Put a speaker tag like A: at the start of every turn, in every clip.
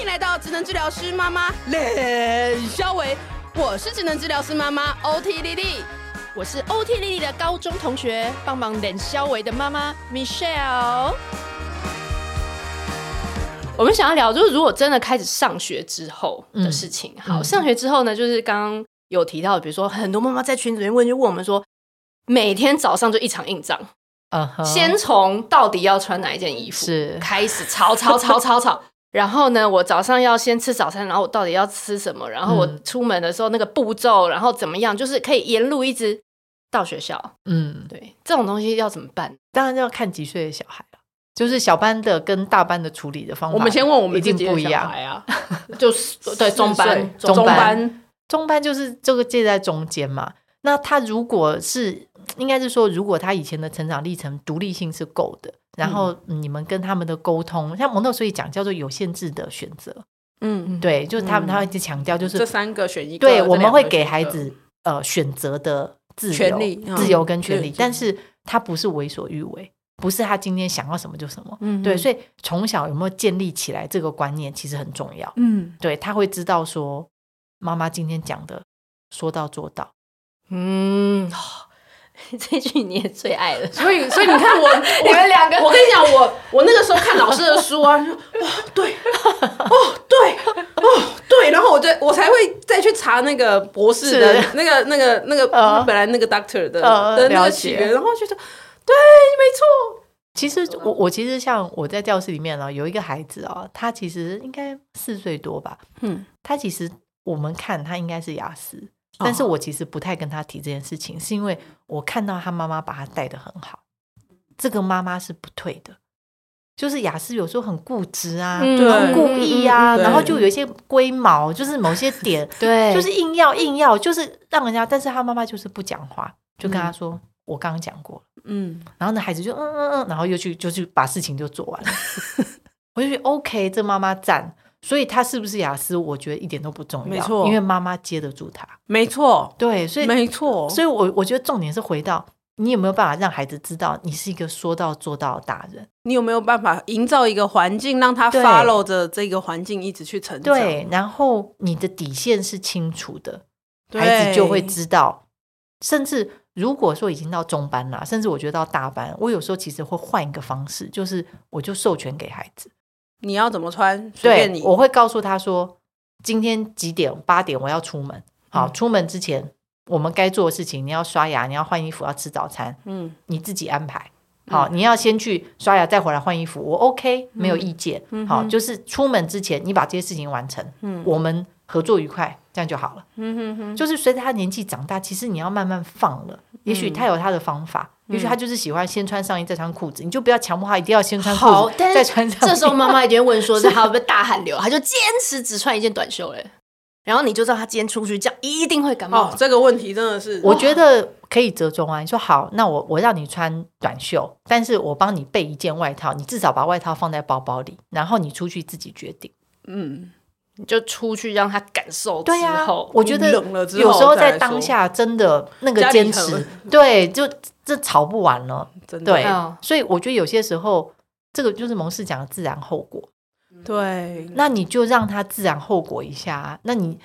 A: 迎来到职能治疗师妈妈冷肖维，我是职能治疗师妈妈 OT 丽丽，
B: 我是 OT 丽丽的高中同学，帮忙冷肖维的妈妈 Michelle。我们想要聊，就是如果真的开始上学之后的事情。好，上学之后呢，就是刚刚有提到，比如说很多妈妈在群组里面问，就问我们说，每天早上就一场硬仗，
C: 嗯哼
B: 先从到底要穿哪一件衣服
C: 是
B: 开始吵吵吵吵吵。 然后呢，我早上要先吃早餐，然后我到底要吃什么？然后我
C: 嗯
B: 出门的时候那个步骤，然后怎么样，就是可以沿路一直到学校。
C: 嗯，
B: 对，这种东西要怎么办？
C: 当然要看几岁的小孩了，就是小班的跟大班的处理的方法，
A: 我们先问我们
C: 一定
A: 自己的
C: 不一
A: 小
C: 样。
A: 孩啊，
B: 就是对
A: 四
B: 中
A: 岁
B: 班，
C: 中班
B: 班
C: 中班就是这个介在中间嘛。那他如果是，应该是说，如果他以前的成长历程独立性是够的，然后嗯你们跟他们的沟通，像蒙特梭利讲叫做有限制的选择，
A: 嗯，
C: 对，就是他们
B: 嗯
C: 他会一直强调，就是
A: 这三个选一个，
C: 对，
A: 这
C: 我们
A: 两
C: 会
A: 个
C: 给
A: 选一
C: 孩
A: 个
C: 子呃选择的自由、
A: 权利嗯
C: 自由跟权利，
A: 对
C: 但是他不是为所欲为，不是他今天想要什么就什么。
B: 嗯
C: 对，所以从小有没有建立起来这个观念，其实很重要。
A: 嗯，
C: 对他会知道说，妈妈今天讲的说到做到。
B: 嗯， 这句你也最爱了。
A: 所以所以你看 我
B: 你
A: 我
B: 们两个，
A: 我跟你讲，我我那个时候看老师的书啊， 就哇，对，哦，对，哦，对，然后我就我才会再去查那个博士的
C: 是
A: 那个那个那个、
C: 呃
A: 本来那个 doctor 的、
C: 呃
A: 的那
C: 了
A: 个
C: 解
A: 起源，然后觉得对，没错，
C: 其实我我其实像我在教室里面呢、有一个孩子啊、他其实应该四岁多吧，
A: 嗯，
C: 他其实我们看他应该是雅思，
B: 哦
C: 但是我其实不太跟他提这件事情，是因为我看到他妈妈把他带的很好，这个妈妈是不退的，就是雅思有时候很固执啊，
B: 嗯
A: 对
C: 很故意啊，
A: 嗯嗯嗯
C: 然后
A: 对
C: 就有一些龟毛，就是某 些点
B: 对
C: 就是硬要硬要，就是让人家，但是他妈妈就是不讲话，就跟他
B: 嗯
C: 说、我刚刚讲过了。
A: 嗯，
C: 然后呢，孩子就嗯嗯嗯，然后又去就去把事情就做完了。我就觉得 OK，这妈妈赞，所以她是不是雅思，我觉得一点都不重要，
A: 没错
C: 因为妈妈接得住她。
A: 没错，
C: 对，所以
A: 没错，
C: 所以我我觉得重点是回到你有没有办法让孩子知道你是一个说到做到的大人。
A: 你有没有办法营造一个环境，让他
C: 对
A: follow 着这个环境一直去成长？
C: 对，然后你的底线是清楚的，
A: 对，
C: 孩子就会知道。甚至如果说已经到中班啦，甚至我觉得到大班，我有时候其实会换一个方式，就是我就授权给孩子。
A: 你要怎么穿，随
C: 对
A: 便，你。
C: 我会告诉他说，今天几点？八点我要出门。好，
A: 嗯
C: 出门之前我们该做的事情，你要刷牙，你要换衣服，要吃早餐，
A: 嗯
C: 你自己安排。好，你要先去刷牙，再回来换衣服，我 OK，没
A: 嗯
C: 有意见。好，就是出门之前你把这些事情完成，我们合作愉快，这样就好了。
A: 嗯哼哼，嗯
C: 就是随着他年纪长大，其实你要慢慢放了。也许他有他的方法，也许他就是喜欢先穿上衣再穿裤子，你就不要强迫他一定要先穿
B: 好
C: 裤子
B: 但是
C: 再穿上衣。
B: 这时候妈妈一定会问 说：“这还有没有大汗流？”她就坚持只穿一件短袖嘞。然后你就知道她今天出去这样一定会感冒。
A: 哦，这个问题真的是，
C: 我觉得可以折中啊。你说好，那我我让你穿短袖，但是我帮你备一件外套，你至少把外套放在包包里，然后你出去自己决定。
A: 嗯，
B: 你就出去让她感受之
C: 对呀、
B: 后，
C: 我觉得
A: 啊冷了之后
C: 有时候
A: 再
C: 在
A: 来说
C: 当下真的那个
A: 家里
C: 坚
A: 很
C: 持，对，就这吵不完了。
A: 真的
C: 对
B: 嗯，
C: 所以我觉得有些时候。这个就是蒙氏讲的自然后果，
A: 对，
C: 那你就让它自然后果一下啊。那你，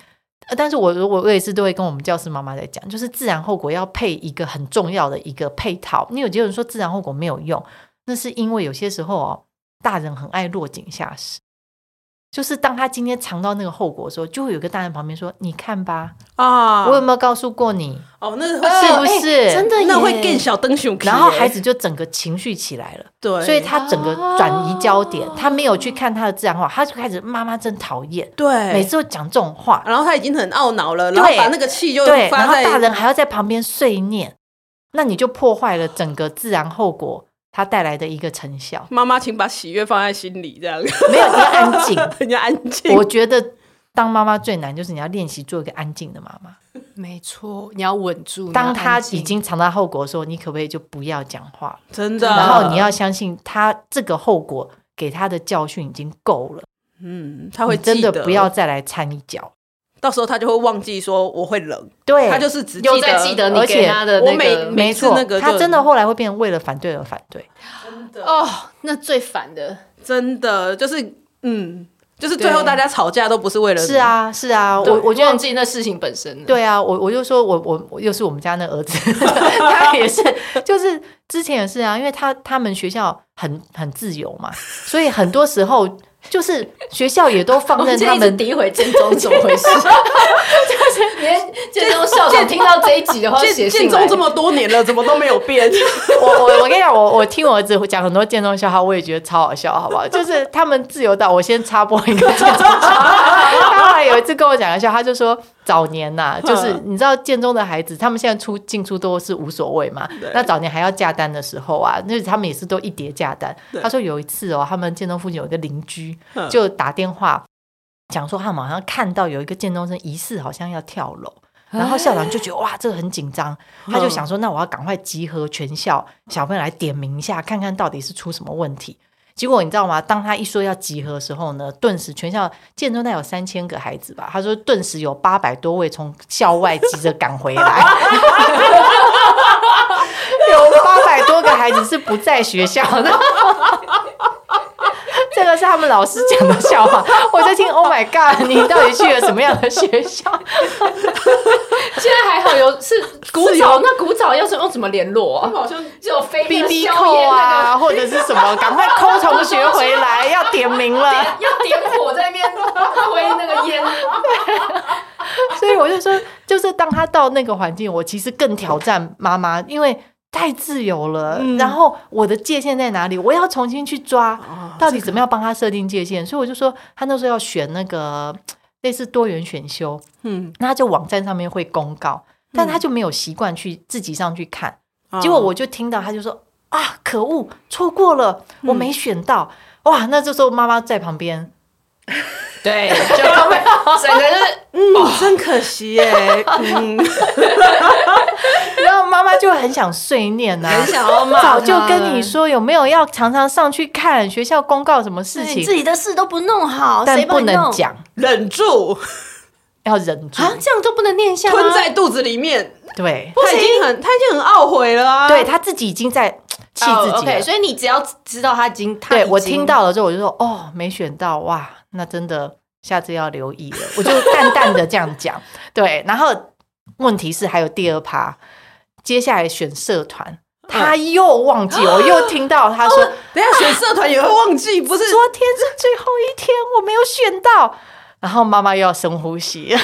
C: 呃但是我我我也是都会跟我们教师妈妈在讲，就是自然后果要配一个很重要的一个配套。因为有些人说自然后果没有用，那是因为有些时候哦，大人很爱落井下石。就是当他今天尝到那个后果的时候，就会有一个大人旁边说：“你看吧，
A: 啊，
C: 我有嗯没有告诉过你？
A: 哦，那个
C: 是不
A: 会
C: 是？”
B: 哎真的耶
A: 那会更小灯熊，
C: 然后孩子就整个情绪起来了。
A: 对，啊
C: 所以他整个转移焦点
B: 哦，
C: 他没有去看他的自然化，他就开始妈妈真讨厌，
A: 对
C: 每次都讲这种话，
A: 然后他已经很懊恼了，
C: 对
A: 然后把那个气就
C: 对，然
A: 发
C: 后
A: 在。
C: 大人还要在旁边碎念，那你就破坏了整个自然后果它带来的一个成效
A: 妈妈，请把喜悦放在心里，这样
C: 没有，你要安静。
A: 人家安静。
C: 我觉得当妈妈最难就是你要练习做一个安静的妈妈。
B: 没错，你要稳住。
C: 当
B: 她
C: 他已经尝到后果的时候，你可不可以就不要讲话？
A: 真的，
C: 然后你要相信他这个后果给他的教训已经够了，
A: 嗯，他会
C: 你真
A: 记
C: 的
A: 得
C: 不要，再来掺一脚。
A: 到时候他就会忘记说我会冷，
C: 对，
A: 他就是只呃
B: 又在记得你
C: 而
B: 给
C: 且
B: 她的
A: 我
B: 那
A: 每
B: 个
A: 每
C: 没
A: 次
C: 错，
A: 那个
C: 他
A: 就
C: 真的后来会变成为了反对而反对。
B: 哦，那最烦的
A: 真的就是嗯，就是最后
C: 对
A: 大家吵架都不是为了
C: 是，啊，是啊，我我觉得
B: 忘记那事情本身了。
C: 对啊，我我就说我我我又是我们家那儿子， 他也是， 就是之前也是啊，因为他他们学校很很自由嘛，所以很多时候就是学校也都放
B: 啊我
C: 任
B: 们今
C: 他
B: 天一直
C: 们。
B: 诋毁建中，怎么 回事？就是连建中校长听到这一集的话，
A: 建
B: 写
A: 建
B: 信来
A: 中这么多年了，怎么都没有 变？
C: 我我我跟你讲，我我听我儿子讲很多建中笑话，我也觉得超好笑，好不好？就是他们自由到，我先插播一个建中笑话。他后来有一次跟我讲一下，他就说早年呐、
A: 嗯
C: 就是你知道建中的孩子，他们现在出进出都是无所谓嘛
A: 对。
C: 那早年还要价单的时候啊，那他们也是都一叠价单
A: 对。
C: 他说有一次哦，他们建中附近有一个邻居
A: 嗯
C: 就打电话讲说，他们好像看到有一个建中生疑似好像要跳楼。然后校长就觉得哇，这个很紧张，他就想说，那我要赶快集合全校小朋友来点名一下，看看到底是出什么问题。结果你知道吗？当他一说要集合的时候呢，顿时全校建中大概有三千个孩子吧，他说顿时有八百多位从校外急着赶回来，有八百多个孩子是不在学校的。这个是他们老师讲的笑话，我在听。Oh my god！你到底去了什么样的学校？
B: 现在还好有是古
A: 是
B: 早
A: 有，
B: 那古早要是用怎么联络啊？
A: 好像
B: 就飞
C: B B
B: 扣
C: 扣啊，或者是什么，赶快抠同学回来，要点名了。
B: 要点火在那边挥那个烟，
C: 所以我就说，就是当他到那个环境，我其实更挑战妈妈，因为太自由了。
A: 嗯
C: 然后我的界限在哪里？我要重新去抓，
A: 啊
C: 到底怎么样帮他设定界限。所以我就说，他那时候要选那个类似多元选修，
A: 嗯，
C: 那他就网站上面会公告，但他就没有习惯去自己上去看。
A: 啊
C: 结果我就听到他就说啊，可恶，错过了，
A: 嗯
C: 我没选到。哇，那这时候妈妈在旁边，
B: 对，就整个就是
A: 嗯，真可惜耶，嗯，
C: 然后妈妈就很想碎念 呐、
B: 很想要骂他
C: 早就跟你说有没有要常常上去看学校公告什么事
B: 对你
C: 情，
B: 己的事都不弄好
C: 但
B: 谁帮
C: 不
B: 你
C: 能
B: 弄
C: 讲，
A: 忍住，
C: 要忍住。
B: 啊，这样就不能念下吗
A: 吞？在肚子里面，
C: 对，
A: 他已经很他已经很懊悔了啊，
C: 对，他自己已经在气
B: 哦
C: 自己了。
B: OK，所以你只要知道他已经，他已
C: 对
B: 经
C: 我听到了之后，我就说哦，没选到哇，那真的下次要留意了。我就淡淡的这样讲，对。然后问题是还有第二趴，接下来选社团，他
B: 嗯
C: 又忘记，我又听到他说、
B: 哦
A: 等一下选社团也会忘记，不是？
C: 昨哦天是最后一天，我没有选到。然后妈妈又要深呼吸，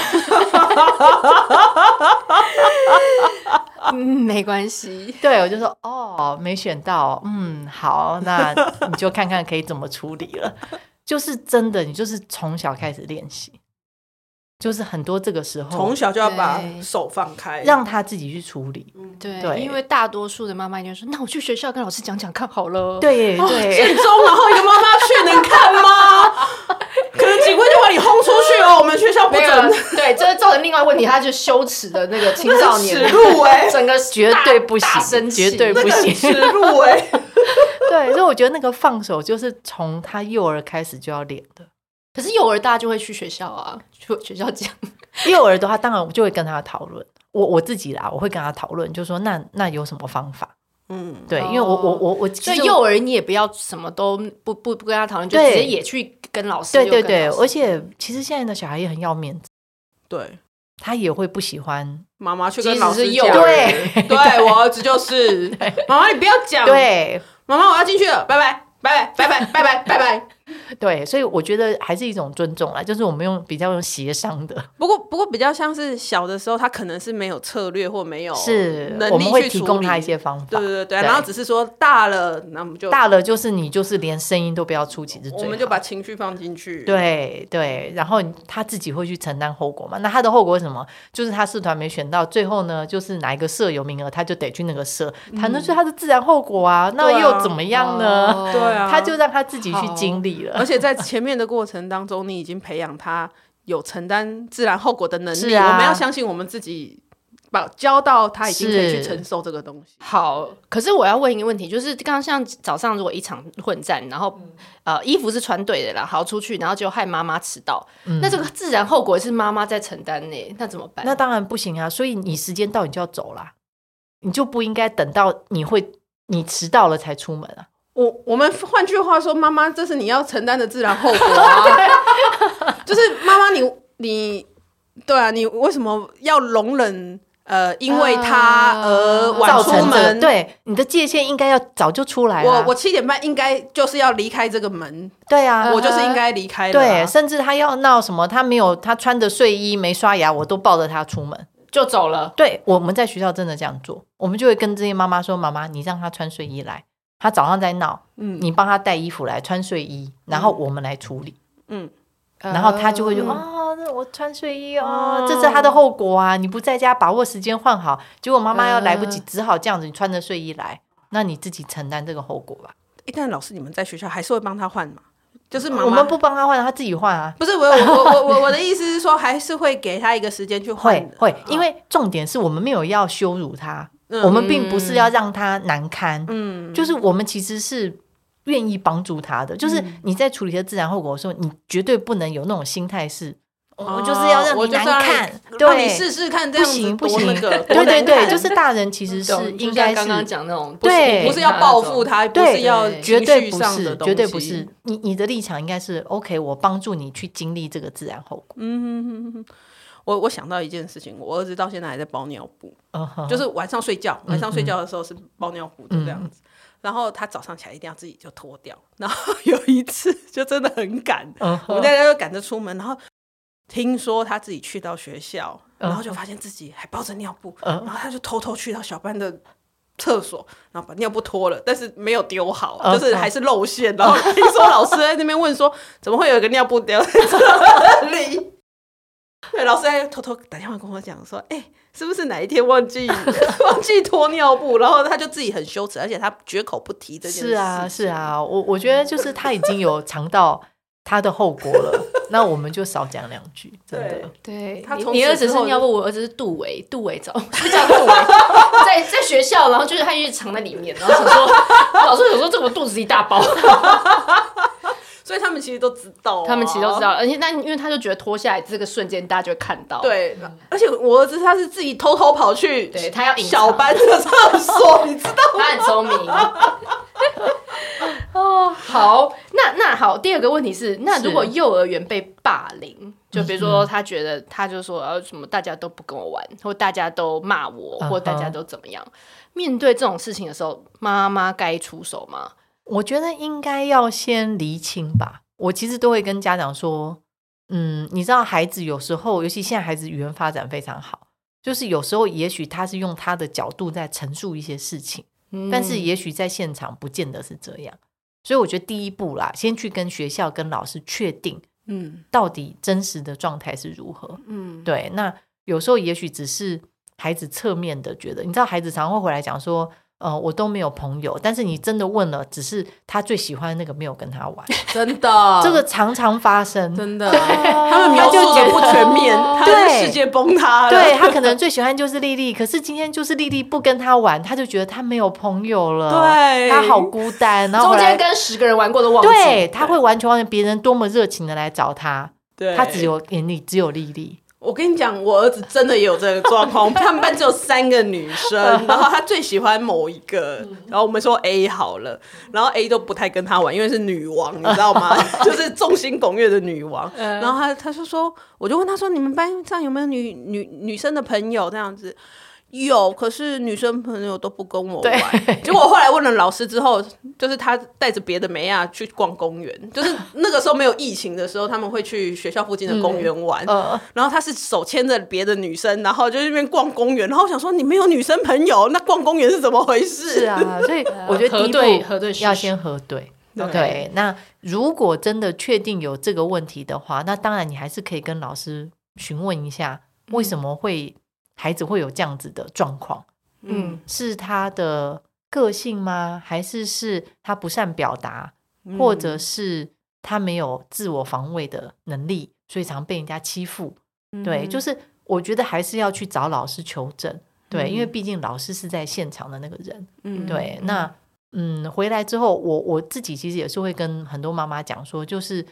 B: 嗯，没关系。
C: 对我就说哦，没选到，嗯，好，那你就看看可以怎么处理了。就是真的，你就是从小开始练习，就是很多这个时候
A: 从小就要把
B: 对
A: 手放开，
C: 让他自己去处理。
B: 对，
C: 对
B: 因为大多数的妈妈就说：“那我去学校跟老师讲讲看好了。”，
C: 对对，
A: 建中，然后一个妈妈去能看 吗？可能警官就把你轰出去哦，我们学校不
B: 没有
A: 准，
B: 对，这是造成另外问题，他就羞耻的那个青少年
A: 耻辱哎，
B: 整个
C: 绝对不
B: 大大
C: 行，
B: 生气
C: 绝对
A: 那
C: 不
A: 个很耻
C: 行。
A: 辱哎，
C: 对，所以我觉得那个放手就是从他幼儿开始就要练的。
B: 可是幼儿大就会去学校啊， 去学校讲。
C: 幼儿的话，当然我就会跟他讨论。我我自己啦，我会跟他讨论，就说那那有什么方法？
A: 嗯，
C: 对，
B: 哦
C: 因为我我我我
B: 所以
C: 其实
B: 幼儿你也不要什么都不不不跟他讨论，就直
C: 对
B: 接也去跟老师。
C: 对对
B: 又跟
C: 对，
B: 老师
C: 而且其实现在的小孩也很要面子，
A: 对，
C: 他也会不喜欢。
A: 妈妈去
B: 即
A: 跟
B: 使
A: 老
B: 是
A: 师
B: 幼
A: 讲，
B: 儿
C: 对
A: 对我儿子就是，妈妈你不要讲，，
C: 对
A: 妈妈我要进去了，拜拜。拜拜拜拜拜拜拜拜。
C: 对，所以我觉得还是一种尊重啦，就是我们用比较用协商的，
A: 不过不过比较像是小的时候，他可能是没有策略或没有
C: 是
A: 能
C: 我们
A: 力去
C: 会提
A: 处
C: 供
A: 理
C: 他一些方法。
A: 对对对对，然后只是说大了，那我们就
C: 大了就是你就是连声音都不要出，其实最
A: 我
C: 好
A: 们就把情绪放进去。，
C: 对对，然后他自己会去承担后果嘛？那他的后果是什么？就是他社团没选到，最后呢，就是哪一个社有名额，他就得去那个社，谈的是他的自然后果啊。那
A: 嗯对啊
C: 又怎么样呢？
B: 哦
A: 对啊
C: 他就让他自己去经历
A: 而
C: 了。
A: 且在前面的过程当中，你已经培养他有承担自然后果的能
C: 是
A: 力。
C: 啊
A: 我们要相信我们自己，把教到他已经可以去
C: 是
A: 承受这个东西。
B: 好，可是我要问一个问题，就是刚刚像早上如果一场混战，然后、
A: 嗯
B: 呃衣服是穿对的啦，好出去，然后就害妈妈迟到，那这个自然后果是妈妈在承担呢，嗯那怎么办？
C: 那当然不行啊，所以你时间到你就要走啦，你就不应该等到你会你迟到了才出门啊。
A: 我我们换句话说，妈妈，这是你要承担的自然后果啊！就是妈妈你你对啊，你为什么要容忍呃，因为他
B: 啊
A: 而晚
C: 造
A: 出
C: 成的
A: 门？，
C: 对你的界限应该要早就出来了啊。
A: 我我七点半应该就是要离开这个门，
C: 对啊，
B: 嗯
A: 我就是应该离开了啊、
C: 对，甚至他要闹什么，他没有他穿着睡衣没刷牙，我都抱着他出门。
B: 就走了。
C: 对，我们在学校真的这样做，我们就会跟这些妈妈说：“妈妈，你让他穿睡衣来，他早上在闹，
A: 嗯
C: 你帮他带衣服来，穿睡衣，然后我们来处理。
A: 嗯，
C: 然后他就会说：“
B: 嗯
C: 哦，那我穿睡衣哦，这是他的后果啊！你不在家把握时间换好，结果妈妈要来不
A: 嗯
C: 及，只好这样子，你穿着睡衣来，那你自己承担这个后果吧。
A: 诶但老师你们在学校还是会帮他换嘛？就是妈妈
C: 我们不帮他换，他自己换啊。”
A: 不是我我我我我的意思是说，还是会给他一个时间去换
C: 会
A: 的，哦
C: 会，因为重点是我们没有要羞辱他，
A: 嗯
C: 我们并不是要让他难堪，
A: 嗯
C: 就是我们其实是愿意帮助他的。就是
A: 嗯
C: 你在处理一些自然后果的时候，你绝对不能有那种心态是，我就是要让
A: 哦我
C: 你
A: 就是
C: 难
A: 要
C: 看，
A: 让你
C: 对，
A: 试试看这
C: 不
A: 样子
C: 行不
A: 多
C: 行，
A: 那个
C: 对对对，就是是大人其实
B: 懂
C: 是
B: 就
C: 应
B: 像
C: 该
B: 刚刚
C: 是。
B: 讲那种，
C: 对
A: 不是要报复，他，不是
C: 对
A: 要
C: 绝对
A: 情绪
C: 不
A: 上
C: 是
A: 的，东
C: 绝对不
A: 西
C: 是。你你的立场应该是 OK，我帮助你去经历这个自然后果。
A: 我我想到一件事情，我儿子到现在还在包尿布，
C: 嗯哼
A: 就是晚上睡觉，
C: 嗯
A: 晚上睡觉的时候是包尿布的这样子。然后他早上起来一定要自己就脱掉。 然后有一次就真的很赶，
C: 嗯哼
A: 我们大家都赶着出门，然后听说他自己去到学校，
C: 嗯
A: 然后就发现自己还包着尿布，
C: 嗯
A: 然后他就偷偷去到小班的。厕所，然后把尿布脱了，但是没有丢好，
C: 嗯
B: 哦
A: 就是还是露馅。然后听说老师在那边问说，怎么会有一个尿布掉在这里？ 对，老师还偷偷打电话跟我讲说，哎、是不是哪一天忘 记忘记脱尿布？然后他就自己很羞耻，而且他绝口不提这件事。
C: 是啊，是，啊，我我觉得就是他已经有尝到他的后果 了，那我们就少讲两句，真的
A: 对。
B: 对
A: 他
B: 你
A: 从
B: 你
A: 此
B: 儿子
A: 之
B: 是
A: 后
B: 尿
A: 就
B: 布，我儿子是杜维，杜维澡，就叫杜维， 在在学校，然后就是他一直藏在里面，然后想说，老师有时候这我肚子一大包，
A: 所以他们其实都知道啊、
B: 他们其实都知道，而且但因为他就觉得脱下来这个瞬间大家就会看到，，
A: 对，而且我儿子他是自己偷偷跑去，
B: 嗯对他要隐藏
A: 小班的厕所，你知道
B: 他很聪明。 哦，好，那那好，第二个问题是，那
C: 是嗯
B: 如果幼儿园被霸凌，就比如说他觉得他就说呃什么大家都不跟我玩，或大家都骂我，
C: 嗯哼
B: 或大家都怎么样，面对这种事情的时候，妈妈该出手吗？
C: 我觉得应该要先厘清吧。我其实都会跟家长说，嗯，你知道孩子有时候，尤其现在孩子语言发展非常好，就是有时候也许他是用他的角度在陈述一些事情，但
B: 嗯
C: 是也许在现场不见得是这样。所以我觉得第一步啦，先去跟学校、跟老师确定
A: 嗯
C: 到底真实的状态是如何。
A: 嗯，
C: 对，那有时候也许只是孩子侧面的觉得，你知道，孩子常会回来讲说，呃，我都没有朋友，但是你真的问了，只是他最喜欢的那个没有跟他玩，
A: 真
B: 哦
A: 的，
C: 这个常常发生。
A: 真的，他们
C: 他
A: 描
C: 就
A: 述
C: 觉
A: 的
C: 得
A: 不全面，他的
C: 对
A: 世界崩塌了。
C: 对 他可能最喜欢就是丽丽，可是今天就是丽丽不跟他玩，他就觉得他没有朋友了，
A: 对
C: 他好孤单，然后
B: 中
C: 回
B: 间
C: 来
B: 跟十个人玩过都忘记，
C: 对他会完全忘记别人多么热情的来找他，
A: 对，
C: 他只有眼里只有丽丽。
A: 我跟你讲，我儿子真的也有这个状 况。他们班只有三个女生，然后他最喜欢某一个，然后我们说 A 好了，然后 A 都不太跟他玩，因为是女王，你知道 吗？就是众星拱月的女王。
C: 嗯
A: 然后他他就说，我就问他说，你们班上有没有女女女生的朋友这样子？有，可是女生朋友都不跟我玩。 结果我后来问了老师之后，就是他带着别的梅亚去逛公园，就是那个时候没有疫情的时候，他们会去学校附近的公园玩。
C: 呃，
A: 然后他是手牵着别的女生，然后就在那边逛公园。然后我想说，你没有女生朋友，那逛公园是怎么回事？
C: 是啊， 所以我觉得第
B: 核
C: 一
B: 对
C: 步
B: 核对事实
C: 要先核对。
A: 对
C: 对，那如果真的确定有这个问题的话，那当然你还是可以跟老师询问一下，为什么会孩子会有这样子的状况？
B: 嗯，
C: 是他的个性吗？还是是他不善表达，
A: 嗯
C: 或者是他没有自我防卫的能力，所以常被人家欺负？
A: 嗯
C: 对，就是我觉得还是要去找老师求证。对，因为毕竟老师是在现场的那个人。
A: 嗯
C: 对，那嗯，回来之后，我我自己其实也是会跟很多妈妈讲说，就是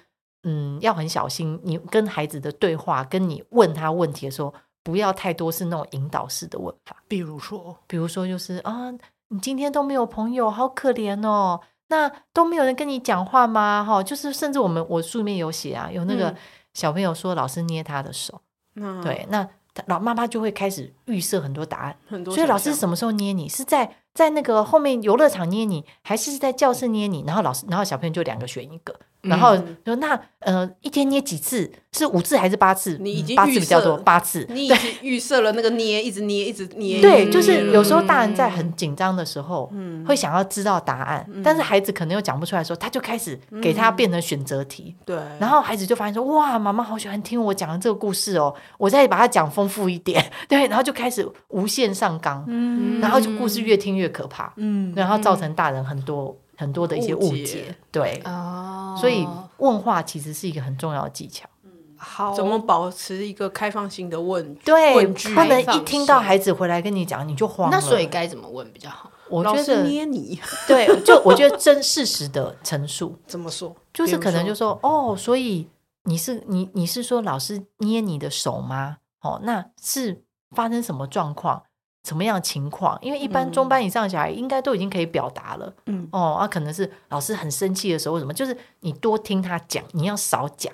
C: 嗯，要很小心，你跟孩子的对话，跟你问他问题的时候，不要太多是那种引导式的问法。
A: 比如说，
C: 比如说，就是啊，你今天都没有朋友，好可怜哦。那都没有人跟你讲话吗？哈、就是甚至我们我书里面有写啊，有那个、
A: 嗯
C: 小朋友说老师捏他的手，
A: 那
C: 对，那他老妈妈就会开始预设很多答案。
A: 很多
C: 所以老师
A: 想象
C: 什么时候捏你？是在在那个后面游乐场捏你，还是在教室捏你？然后老师，然后小朋友就两个选一个，然后
A: 嗯
C: 说那呃一天捏几次？是五次还是八次？
A: 你已
C: 嗯
A: 经
C: 八次
A: 预
C: 比较
A: 设嗯
C: 多，
A: 了
C: 八次。
A: 你已经预设了那个捏，一直捏，一直捏。
C: 对，
A: 一直
C: 就
A: 捏
C: 是
A: 了
C: 有时候大人在很紧张的时候，
A: 嗯
C: 会想要知道答案，但是孩子可能又讲不出来的时候，他就开始给他
A: 嗯
C: 变成选择题，
A: 对，
C: 然后孩子就发现说：“哇，妈妈好喜欢听我讲这个故事哦，我再把它讲丰富一点。” 对，然后就开始无限上纲，
A: 嗯
C: 然后就故事越听越可怕，
A: 嗯
C: 然后造成大人很多很多的一些误
A: 误
C: 解
A: 解。
C: 对，
B: 哦
C: 所以问话其实是一个很重要的技巧。
B: 好
A: 怎么保持一个开放性的问？
C: 对，
A: 问句
C: 不能
B: 开放
C: 一听到
B: 式
C: 孩子回来跟你讲，你就慌了。
B: 那所以该怎么问比较好？
C: 我
A: 老
C: 觉
A: 师
C: 得，
A: 捏你
C: 对，就我觉得真事实的陈述，
A: 怎么说？嗯
C: 就是可能
A: 比
C: 就
A: 如
C: 说哦，所以你是你你是说老师捏你的手吗？哦，那是发生什么状况？什么样的情况？因为一般中班以上的小孩应该都已经可以表达了，
A: 嗯
C: 哦，啊，可能是老师很生气的时候，什么就是你多听他讲，你要少讲，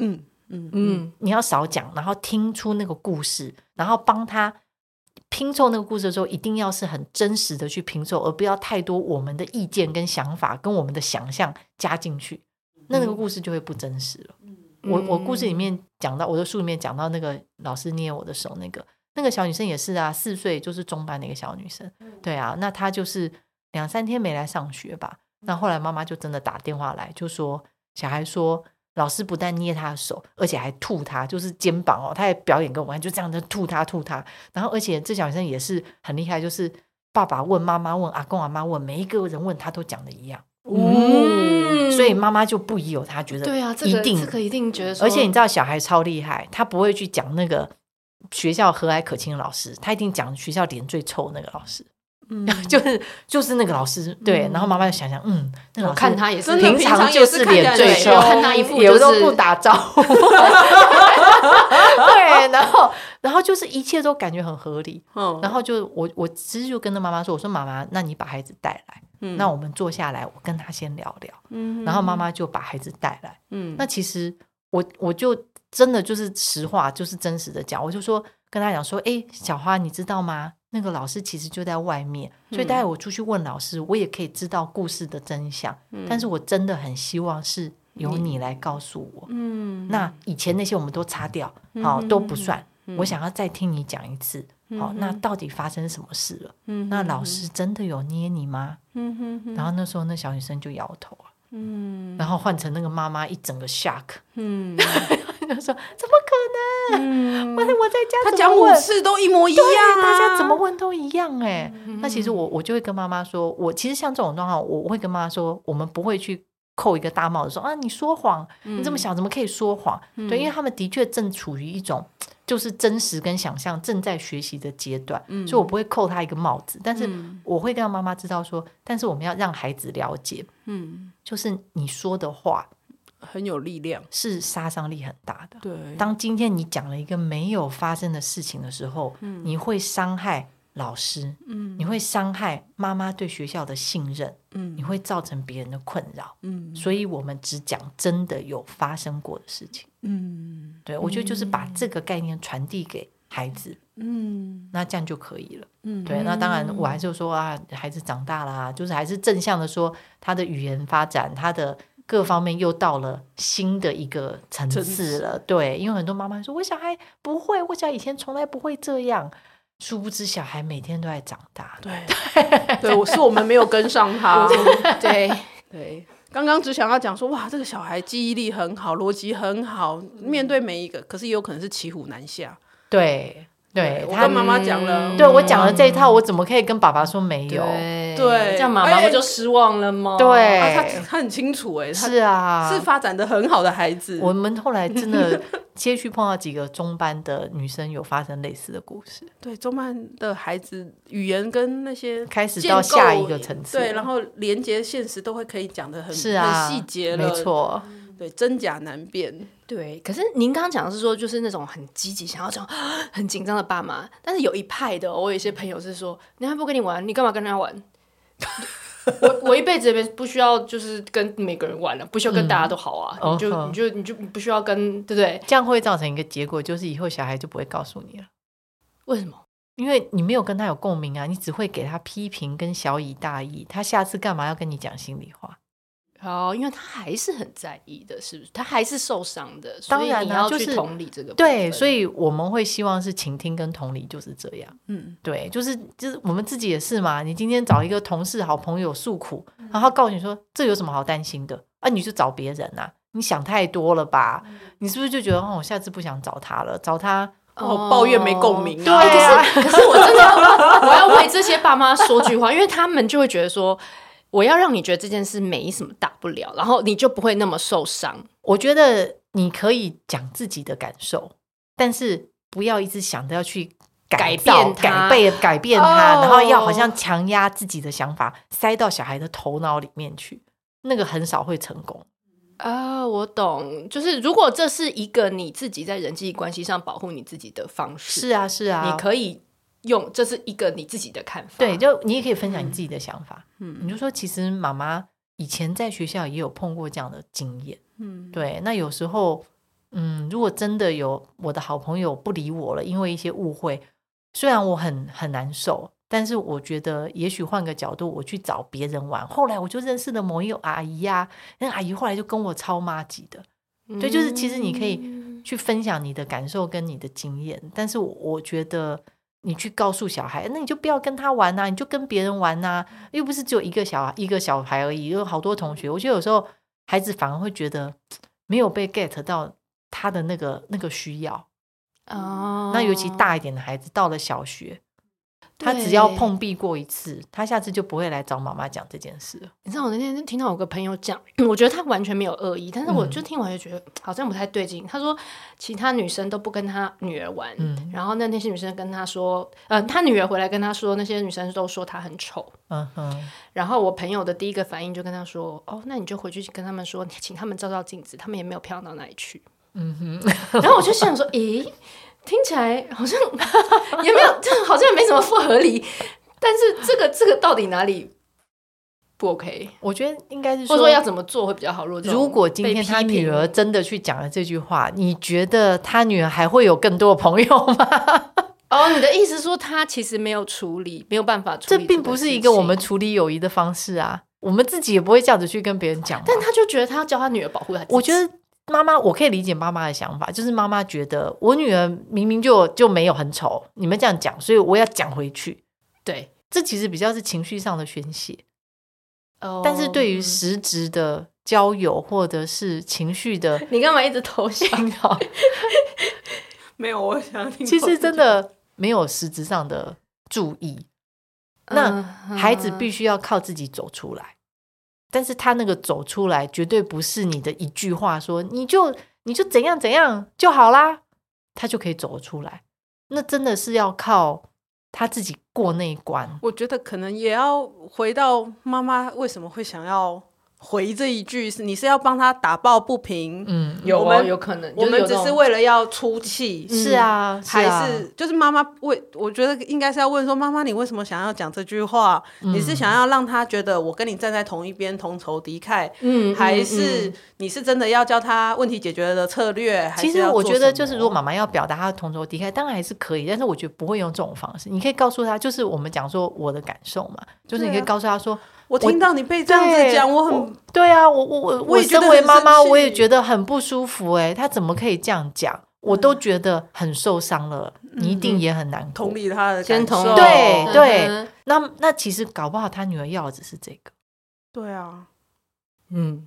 A: 嗯嗯
B: 嗯，
C: 你要少讲，然后听出那个故事，然后帮他拼凑那个故事的时候，一定要是很真实的去拼凑，而不要太多我们的意见跟想法跟我们的想象加进去，那那个故事就会不真实了。
B: 嗯
C: 我我故事里面讲到，我的书里面讲到那个老师捏我的手那个那个小女生也是啊，四岁就是中班的一个小女生，
B: 嗯
C: 对啊，那她就是两三天没来上学吧，那
B: 嗯
C: 后来妈妈就真的打电话来，就说小孩说老师不但捏他的手，而且还吐他，就是肩膀哦，他还表演给我们看，就这样子吐他吐他。然后而且这小女生也是很厉害，就是爸爸问妈妈问阿公阿妈问每一个人问他都讲的一样，
A: 嗯
C: 所以妈妈就不疑有他，觉得
B: 对啊，这
C: 一
B: 个
C: 定
B: 这个一定觉得说，
C: 而且你知道，小孩超厉害，他不会去讲那个学校和蔼可亲的老师，他一定讲学校脸最臭的那个老师，
A: 嗯，
C: 就是就是那个老师。对，然后妈妈就想想，嗯，那个
B: 我
C: 老师
B: 看他也是
A: 真的
C: 平
A: 平
C: 常
A: 常
C: 就
A: 也
C: 是
A: 是
C: 脸最
B: 对，
C: 臭
B: 我看他一副
C: 有
B: 就
C: 时候
B: 是
C: 不打招 呼，对，然后然后就是一切都感觉很合理，
A: 嗯
C: 然后就我我其实就跟着妈妈说，我说妈妈，那你把孩子带来，
A: 嗯
C: 那我们坐下来，我跟他先聊聊，
A: 嗯
C: 然后妈妈就把孩子带来。
A: 嗯
C: 那其实我我就真的就是实话，就是真实的讲，我就说跟他讲说，哎、小花，你知道吗？那个老师其实就在外面，
A: 嗯
C: 所以待会我出去问老师，我也可以知道故事的真相。
A: 嗯
C: 但是我真的很希望是由你来告诉我。
A: 嗯
C: 那以前那些我们都擦掉，好、都不算。
A: 嗯
C: 我想要再听你讲一次，好、那到底发生什么事了？
A: 嗯
C: 那老师真的有捏你吗？
A: 嗯哼哼
C: 然后那时候那小女生就摇头了，
A: 嗯
C: 然后换成那个妈妈一整个 shock，
A: 嗯
C: 就说怎么可能？
A: 嗯，
C: 我我在家
A: 他
C: 怎
A: 讲
C: 么
A: 五
C: 问？
A: 次都一模一
C: 对
A: 样啊，嗯
C: 大家怎么问都一样哎、那其实我我就会跟妈妈说，我其实像这种状况，我我会跟妈妈说，我们不会去扣一个大帽子说啊，你说谎，你
A: 嗯
C: 这么小怎么可以说谎？对，因为他们的确正处于一种就是真实跟想象正在学习的阶段，
A: 嗯
C: 所以我不会扣他一个帽子，但是我会让妈妈知道说，但是我们要让孩子了解，
A: 嗯，
C: 就是你说的话
A: 很有力量，
C: 是杀伤力很大的。
A: 对，
C: 当今天你讲了一个没有发生的事情的时候，你会伤害老师，
A: 嗯
C: 你会伤害妈妈对学校的信任，
A: 嗯
C: 你会造成别人的困扰。
A: 嗯
C: 所以我们只讲真的有发生过的事情。
A: 嗯
C: 对我觉得就是把这个概念传递给孩子，
A: 嗯
C: 那这样就可以了。
A: 嗯，
C: 对，那当然我还是说啊，孩子长大啦，就是还是正向的说他的语言发展，他的。各方面又到了新的一个层
A: 层
C: 次
A: 次
C: 了，对，因为很多妈妈说，我小孩不会，我小孩以前从来不会这样，殊不知小孩每天都在长大，
A: 对对，我是我们没有跟上 他，
B: 对，
A: 对。刚刚只想要讲说，哇，这个小孩记忆力很好，逻辑很好，面对每一个，可是也有可能是骑虎难下。
C: 对对，
A: 我
C: 他嗯
A: 跟妈妈讲了，
C: 对我讲了这一套，我怎么可以跟爸爸说没有？
B: 对
A: 对
B: 这样妈妈不就失望了吗？
C: 对
A: 啊、他他很清楚哎、他
C: 是啊，
A: 是发展的很好的孩子。
C: 我们后来真 的接续碰到几个中班的女生，有发生类似的故 事，
A: 对中班的孩子，语言跟那些
C: 开始
A: 建构
C: 到下一个层次了，
A: 对，然后连接现实都会可以讲的很
C: 是啊，
A: 很细节了，
C: 没，错，
A: 对，真假难辨。
B: 对，可是您刚刚讲的是说，就是那种很积极、想要讲、很紧张的爸妈，但是有一派的哦、我有一些朋友是说，人家不跟你玩，你干嘛跟人家玩？ 我我一辈子也不需要就是跟每个人玩了、不需要跟大家都好啊，
C: 嗯
B: 你就、
C: 哦
B: 你就你就你不需要跟对不对？
C: 这样会造成一个结果，就是以后小孩就不会告诉你了，
B: 为什么？
C: 因为你没有跟他有共鸣啊，你只会给他批评跟小以大意，他下次干嘛要跟你讲心里话？
B: 哦，因为他还是很在意的，是不是？他还是受伤的，所
C: 当
B: 以
C: 然
B: 你
C: 啊
B: 要
C: 就
B: 去
C: 是
B: 同理这个部分。
C: 对，所以我们会希望是倾听跟同理就是这样。
A: 嗯，
C: 对，就是就是我们自己也是嘛。你今天找一个同事、好朋友诉苦，
B: 嗯
C: 然后他告诉你说这有什么好担心的啊？你就找别人啊，你想太多了吧？
B: 嗯
C: 你是不是就觉得哦，我下次不想找他了？找他
A: 哦，抱怨没共鸣、啊，
C: 对啊
B: 哎可 是可是我真的要，我要为这些爸妈说句话，因为他们就会觉得说，我要让你觉得这件事没什么大不了，然后你就不会那么受伤。
C: 我觉得你可以讲自己的感受，但是不要一直想着要去
B: 改
C: 改
B: 变
C: 造
B: 它
C: 改变、改变它，
A: 哦
C: 然后要好像强压自己的想法塞到小孩的头脑里面去，那个很少会成功。
B: 啊、我懂，就是如果这是一个你自己在人际关系上保护你自己的方式，
C: 是啊，是啊，
B: 你可以用，这是一个你自己的看法。
C: 对，就你也可以分享你自己的想法。
A: 嗯
C: 你就说，其实妈妈以前在学校也有碰过这样的经验。
A: 嗯，
C: 对，那有时候，嗯，如果真的有我的好朋友不理我了，因为一些误会，虽然我很很难受，但是我觉得也许换个角度，我去找别人玩。后来我就认识了某一个阿姨呀、那阿姨后来就跟我超妈级的，对就是其实你可以
B: 嗯
C: 去分享你的感受跟你的经验。但是我我觉得你去告诉小孩，那你就不要跟他玩呐、你就跟别人玩呐、又不是只有一个小一个小孩而已，有好多同学。我觉得有时候孩子反而会觉得没有被 get 到他的那个那个需要。
B: 哦，
C: 那尤其大一点的孩子，到了小学。他只
B: 对
C: 要碰壁过一次，他下次就不会来找妈妈讲这件事了。
B: 你知道我那天就听到有个朋友讲， 我觉得他完全没有恶意，但是我
C: 嗯
B: 就听完就觉得好像不太对劲。他说其他女生都不跟他女儿玩，
C: 嗯
B: 然后那那些女生跟他说，呃，他女儿回来跟他说，那些女生都说他很丑。
C: 嗯哼，
B: 然后我朋友的第一个反应就跟他说，哦，那你就回去跟他们说，请他们照照镜子，他们也没有漂亮到哪里去。
C: 嗯哼，
B: 然后我就想说，咦，听起来好 像也没有，这好像也没什么不合理，但是这个这个到底哪里不 OK？
C: 我觉得应该是
B: 或
C: 说
B: 者说要怎么做会比较好？如果这种
C: 如果今
B: 被
C: 天
B: 批
C: 他女
B: 评
C: 儿真的去讲了这句话，你觉得他女儿还会有更多的朋 友吗？
B: 哦，你的意思说他其实没有处理，没有办法处
C: 这
B: 理，
C: 并不是一个我们，处理友谊的方式啊。我们自己也不会这样子去跟别人讲嘛。
B: 但他就觉得他要教他女儿保护他。
C: 我觉得妈妈，我可以理解妈妈的想法，就是妈妈觉得我女儿明明就就没有很丑，你们这样讲，所以我要讲回去。
B: 对，
C: 这其实比较是情绪上的宣泄，
B: 哦
C: 但是对 于实质的交友或者是情 绪的
B: 你干嘛一直投降？
C: 引导，
A: 没有，我想听。
C: 其实真，的没有实质上的注意。
B: 嗯
C: 那孩
A: 嗯
C: 子必
B: 须
C: 须要靠自己走出来，但是他那个走出来，绝对不是你的一句话说你就你就怎样怎样就好啦，他就可以走出来。那真的是要靠他自己过那一关。
A: 我觉得可能也要回到妈妈为什么会想要回这一句，是你是要帮他打抱不平，
C: 嗯，
B: 有
A: 我
B: 哦
A: 们
B: 有可能，
A: 我
B: 就
A: 们
B: 有
A: 只
B: 这
A: 是
B: 种
A: 为了要出气，
C: 是啊，啊
A: 嗯还是就是妈妈为我觉得应该是要问说，妈妈你为什么想要讲这句话？
C: 嗯
A: 你是想要让他觉得我跟你站在同一边，同仇敌忾，
B: 嗯嗯
A: 还
B: 嗯
A: 是你是真的要教他问题解决的策略？还
C: 其
A: 是
C: 实
A: 要
C: 我
A: 做
C: 觉得，
A: 什
C: 就是
A: 么
C: 如果妈妈要表达她的同仇敌忾，当然还是可以，但是我觉得不会用这种方式。你可以告诉她，就是我们讲说我的感受嘛，就是你可以
A: 对啊
C: 告诉她说，
A: 我听到你被这样
C: 对，
A: 子讲，我很
C: 对啊，我我我
A: 我也觉
C: 身
A: 得
C: 为
A: 很
C: 妈
A: 生
C: 妈，我也
A: 气
C: 觉得很不舒服哎、他怎么可以这样讲？我都觉得很受伤了，你一定也很难过。
A: 同理他的
B: 先
A: 感
B: 嗯同
A: 受。
C: 对对
B: 嗯哼
C: 那那其实搞不好他女儿要的只是这个，
A: 对啊，
C: 嗯，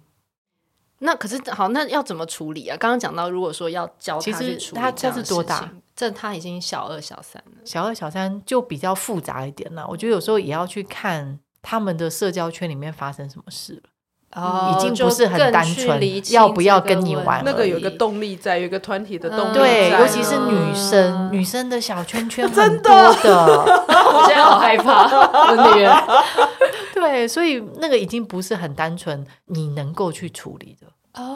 B: 那可是好，那要怎么处理啊？刚刚讲到，如果说要教
C: 其
B: 他去
C: 实
B: 处理
C: 他
B: 这样
C: 他
B: 的
C: 是多
B: 事
C: 大
B: 情？这他已经小二小 三了。
C: 小二小三就比较复杂一点了。我觉得有时候也要去看他们的社交圈里面发生什么事了。
B: 哦
C: 已经
B: 就
C: 不是很
B: 更
C: 单
B: 去
C: 纯
B: 厘清
C: 要不
B: 这
C: 要
B: 个
C: 跟你
B: 问
C: 玩
A: 那
C: 而
A: 个有一个
B: 题
A: 动力在，有一个团体的动力
C: 嗯对，
A: 在
C: 尤其是
A: 啊
C: 女生，
B: 嗯
C: 女生的小 圈圈很多的，
B: 我现在好害 怕，我的女儿。
C: 对，所以那个已经不是很单纯你能够去处理的。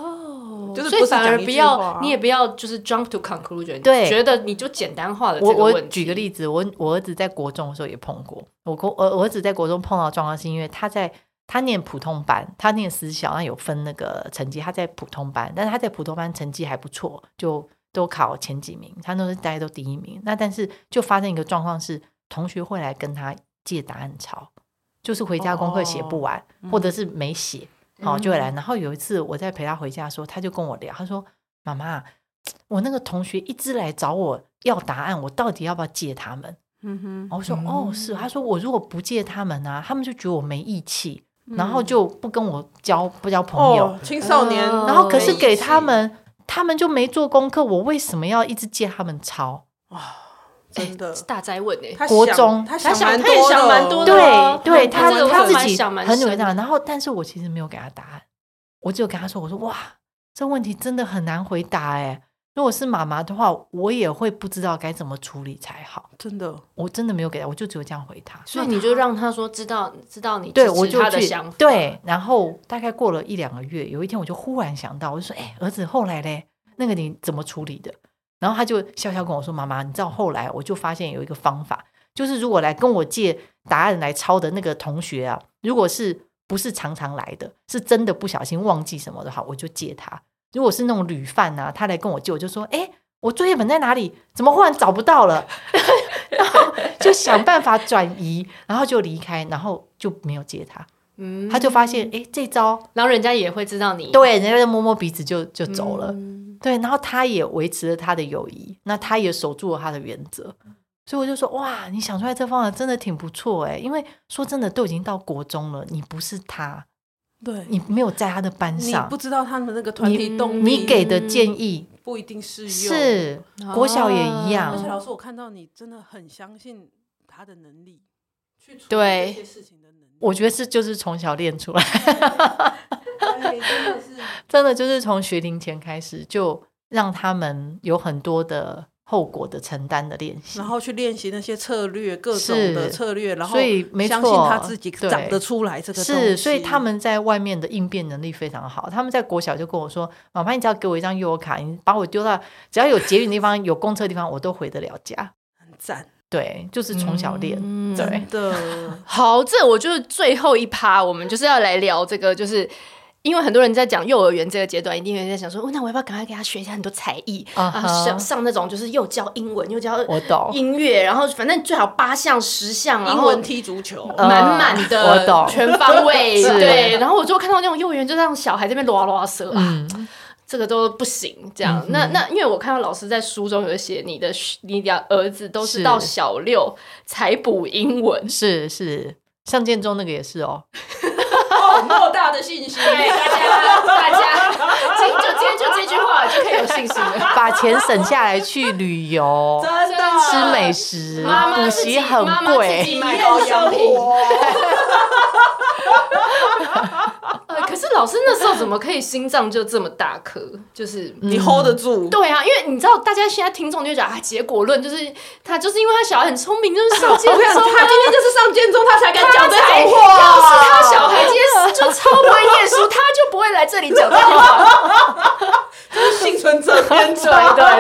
B: 哦
A: 就是
B: 所以
A: 不是
B: 反
A: 讲
B: 而
A: 一
B: 不
A: 句
B: 要
A: 话，
B: 你也不要就是 jump to conclusion，
C: 对
B: 觉得你就简单化了这
C: 我
B: 个问题。
C: 我举个例子，我我儿子在国中的时候也碰过，我国我我儿子在国中碰到的状况是因为他在他念普通班，他念私校，那有分那个成绩，他在普通班，但是他在普通班成绩还不错，就都考前几名，他都是大家都第一名。那但是就发生一个状况是，同学会来跟他借答案抄，就是回家功课写
B: 哦
C: 不完，
B: 嗯
C: 或者是没写，哦就会
A: 嗯
C: 来。然后有一次我在陪他回家的时候，他就跟我聊，他说：“妈妈，我那个同学一直来找我要答案，我到底要不要借他们？”
A: 嗯
C: 我说哦是，他说我如果不借他们啊，他们就觉得我没义气，然后就不跟我交不交
A: 哼，
C: 朋友。
A: 嗯哦，哎青少年，
B: 嗯
C: 然后可是
B: 没义
C: 给他们，他们就没做功课，我为什么要一直借他们抄？
A: 真的，
B: 大灾问哎、
A: 他
C: 国
A: 想
C: 中
A: 他
B: 他
A: 想
B: 想
A: 蛮
B: 他也
A: 多
B: 想蛮多的
A: 的，哦
B: 啊
C: 对对，
B: 嗯
C: 他
B: 这个我
C: 他
B: 还
C: 自
B: 蛮
C: 己
B: 想蛮
C: 很努力
B: 深
C: 的。
B: 的
C: 然后，但是我其实没有给他答案，我只有跟他说，我说哇，这问题真的很难回答哎。如果是妈妈的话，我也会不知道该怎么处理才好。
A: 真的，
C: 我真的没有给他，我就只有这样回他。
B: 所以你就让他说知道知道你
C: 对，
B: 支持
C: 我就
B: 他的
C: 去
B: 想法，
C: 对，然后大概过了一两个月，有一天我就忽然想到，我就说：“哎、儿子，后来嘞，那个你怎么处理的？”然后他就笑笑跟我说：“妈妈，你知道后来我就发现有一个方法，就是如果来跟我借答案来抄的那个同学啊，如果是不是常常来的，是真的不小心忘记什么的话，我就借他；如果是那种旅犯啊，他来跟我借，我就说：‘哎、我作业本在哪里？怎么忽然找不到了？’”然后就想办法转移，然后就离开，然后就没有接他。
B: 嗯
C: 他就发现，哎、这招
B: 然后人家也会知道你
C: 对，人家就摸摸鼻子就就走了，
B: 嗯
C: 对，然后他也维持了他的友谊，那他也守住了他的原则，所以我就说，哇，你想出来这方法真的挺不错哎、因为说真的，都已经到国中了，你不是他，
A: 对，
C: 你没有在他的班
A: 你
C: 上
A: 不，知道他们那个团体动力，
C: 你给的建议
A: 不一定适用。，
C: 是国小也一样
A: 而且
B: 哦
A: 老师，我看到你真的很相信他的能力，去处
B: 对
A: 理这些事情的能力。
C: 我觉得是就是从小练出来，
A: 哎真的是
C: 真的就是从学龄前开始就让他们有很多的后果的承担的练习
A: 然。后去练习那些策略，各种的
C: 是
A: 策略，然后
C: 所以没
A: 相信
C: 错
A: 他自己
C: 对
A: 长得出来这个东
C: 是，
A: 西
C: 所以他们在外面的应变能力非常好。他们在国小就跟我说：“妈妈，你只要给我一张悠游卡，你把我丢到只要有捷运的地方、有公车的地方，我都回得了家。
A: 很赞，”
C: 对，就是从小练。
B: 嗯
C: 对
A: 真的
B: 好，这我就是最后一趴，我们就是要来聊这个，就是因为很多人在讲幼儿园这个阶段，一定有人在想说，哦，那我要不要赶快给他学一下很多才艺、
C: 啊
B: 啊，
C: 哈哦
B: 上上那种就是又教英文又教
C: 我懂
B: 音乐，然后反正最好八项十项，然
A: 英
B: 后
A: 文踢足球，
C: 呃
B: 满满的、
C: 我懂
B: 全方位
C: 是
B: 对。然后我就看到那种幼儿园就让小孩这边啰啰嗦啊，
C: 嗯，
B: 这个都不行，这样。那那因为我看到老师在书中有写，你的你的儿子都是
C: 是
B: 到小六才补英文，
C: 是是，像建中那个也是哦。
A: 哦，莫大的信心，
C: 哎
B: 对大家大家，今就今天就这句话就可以有信心了。
C: 把钱省下来去旅游、
A: 真的
C: 吃美食，
B: 妈妈
C: 补
B: 自己
C: 习很
B: 妈妈自己
C: 贵。
B: 买保养品
A: 体验生活
B: 呃，可是老师那时候怎么可以心脏就这么大颗？就是。
A: 你
C: 嗯
A: hold 得住，
B: 对啊，因为你知道，大家现在听众就讲啊，结果论就是他就是因为他小孩很聪明，就是上进
A: 我跟你
B: 中
A: 讲，他今天就是上建中，他才敢讲这
B: 才
A: 种话。啊
B: 要是他小孩今天就超不会念书，他就不会来这里讲这种 话。
A: 幸存者 偏
B: 对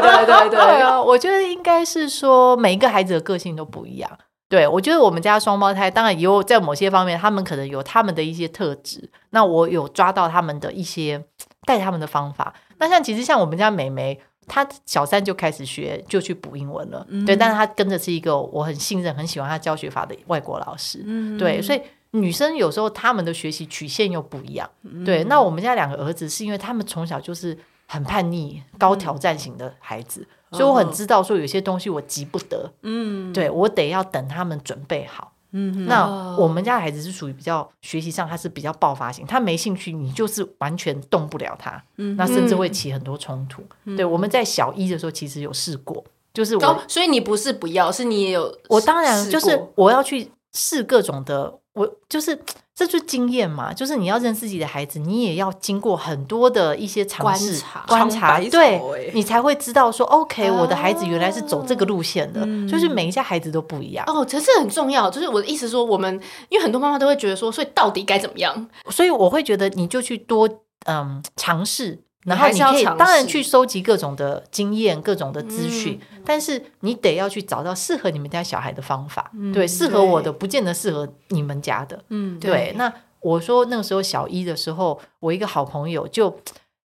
B: 对对对
C: 对啊，我觉得应该是说每一个孩子的个性都不一样。对，我觉得我们家双胞胎，当然也有在某些方面，他们可能有他们的一些特质。那我有抓到他们的一些带他们的方法。那像其实像我们家美眉，她小三就开始学，就去补英文了。对，但是她跟着是一个我很信任、很喜欢她教学法的外国老师。
A: 嗯嗯
C: 对，所以女生有时候她们的学习曲线又不一样。对，那我们家两个儿子是因为他们从小就是很叛逆、高挑战型的孩子，所以我很知道说有些东西我急不得，
A: 嗯
C: 对我得要等他们准备好。
A: 嗯
C: 那
B: 哦
C: 我们家的孩子是属于比较学习上，他是比较爆发型，他没兴趣，你就是完全动不了他，那甚至会
A: 嗯
C: 起很多冲突。对，我们在小一的时候其实有试过，就是我、
B: 哦，所以你不是不要，是你也有
C: 我当然
B: 试
C: 就
B: 过
C: 是我要去试各种的，我就是这就是经验嘛，就是你要认识自己的孩子，你也要经过很多的一些尝试、
B: 观
C: 观
A: 察
C: 察，
A: 尝百草
C: 对
A: 欸
C: 你才会知道说，OK，、
B: 哦
C: 我的孩子原来是走
B: 啊
C: 这个路线的，就是
B: 嗯
C: 每一家孩子都不一样，
B: 哦，这是很重要。就是我的意思说，我们因为很多妈妈都会觉得说，所以到底该怎么样？
C: 所以我会觉得你就去多嗯尝试。然后
B: 还是
C: 你
B: 要
C: 可以
B: 尝试嗯
C: 当然去收集各种的经验、各种的资讯，但是你得要去找到适
B: 嗯
C: 合你们家小孩的方法，对，适合我的不见得适合你们家的，
A: 嗯
C: 对，那我说那个时候小一的时候，我一个好朋友就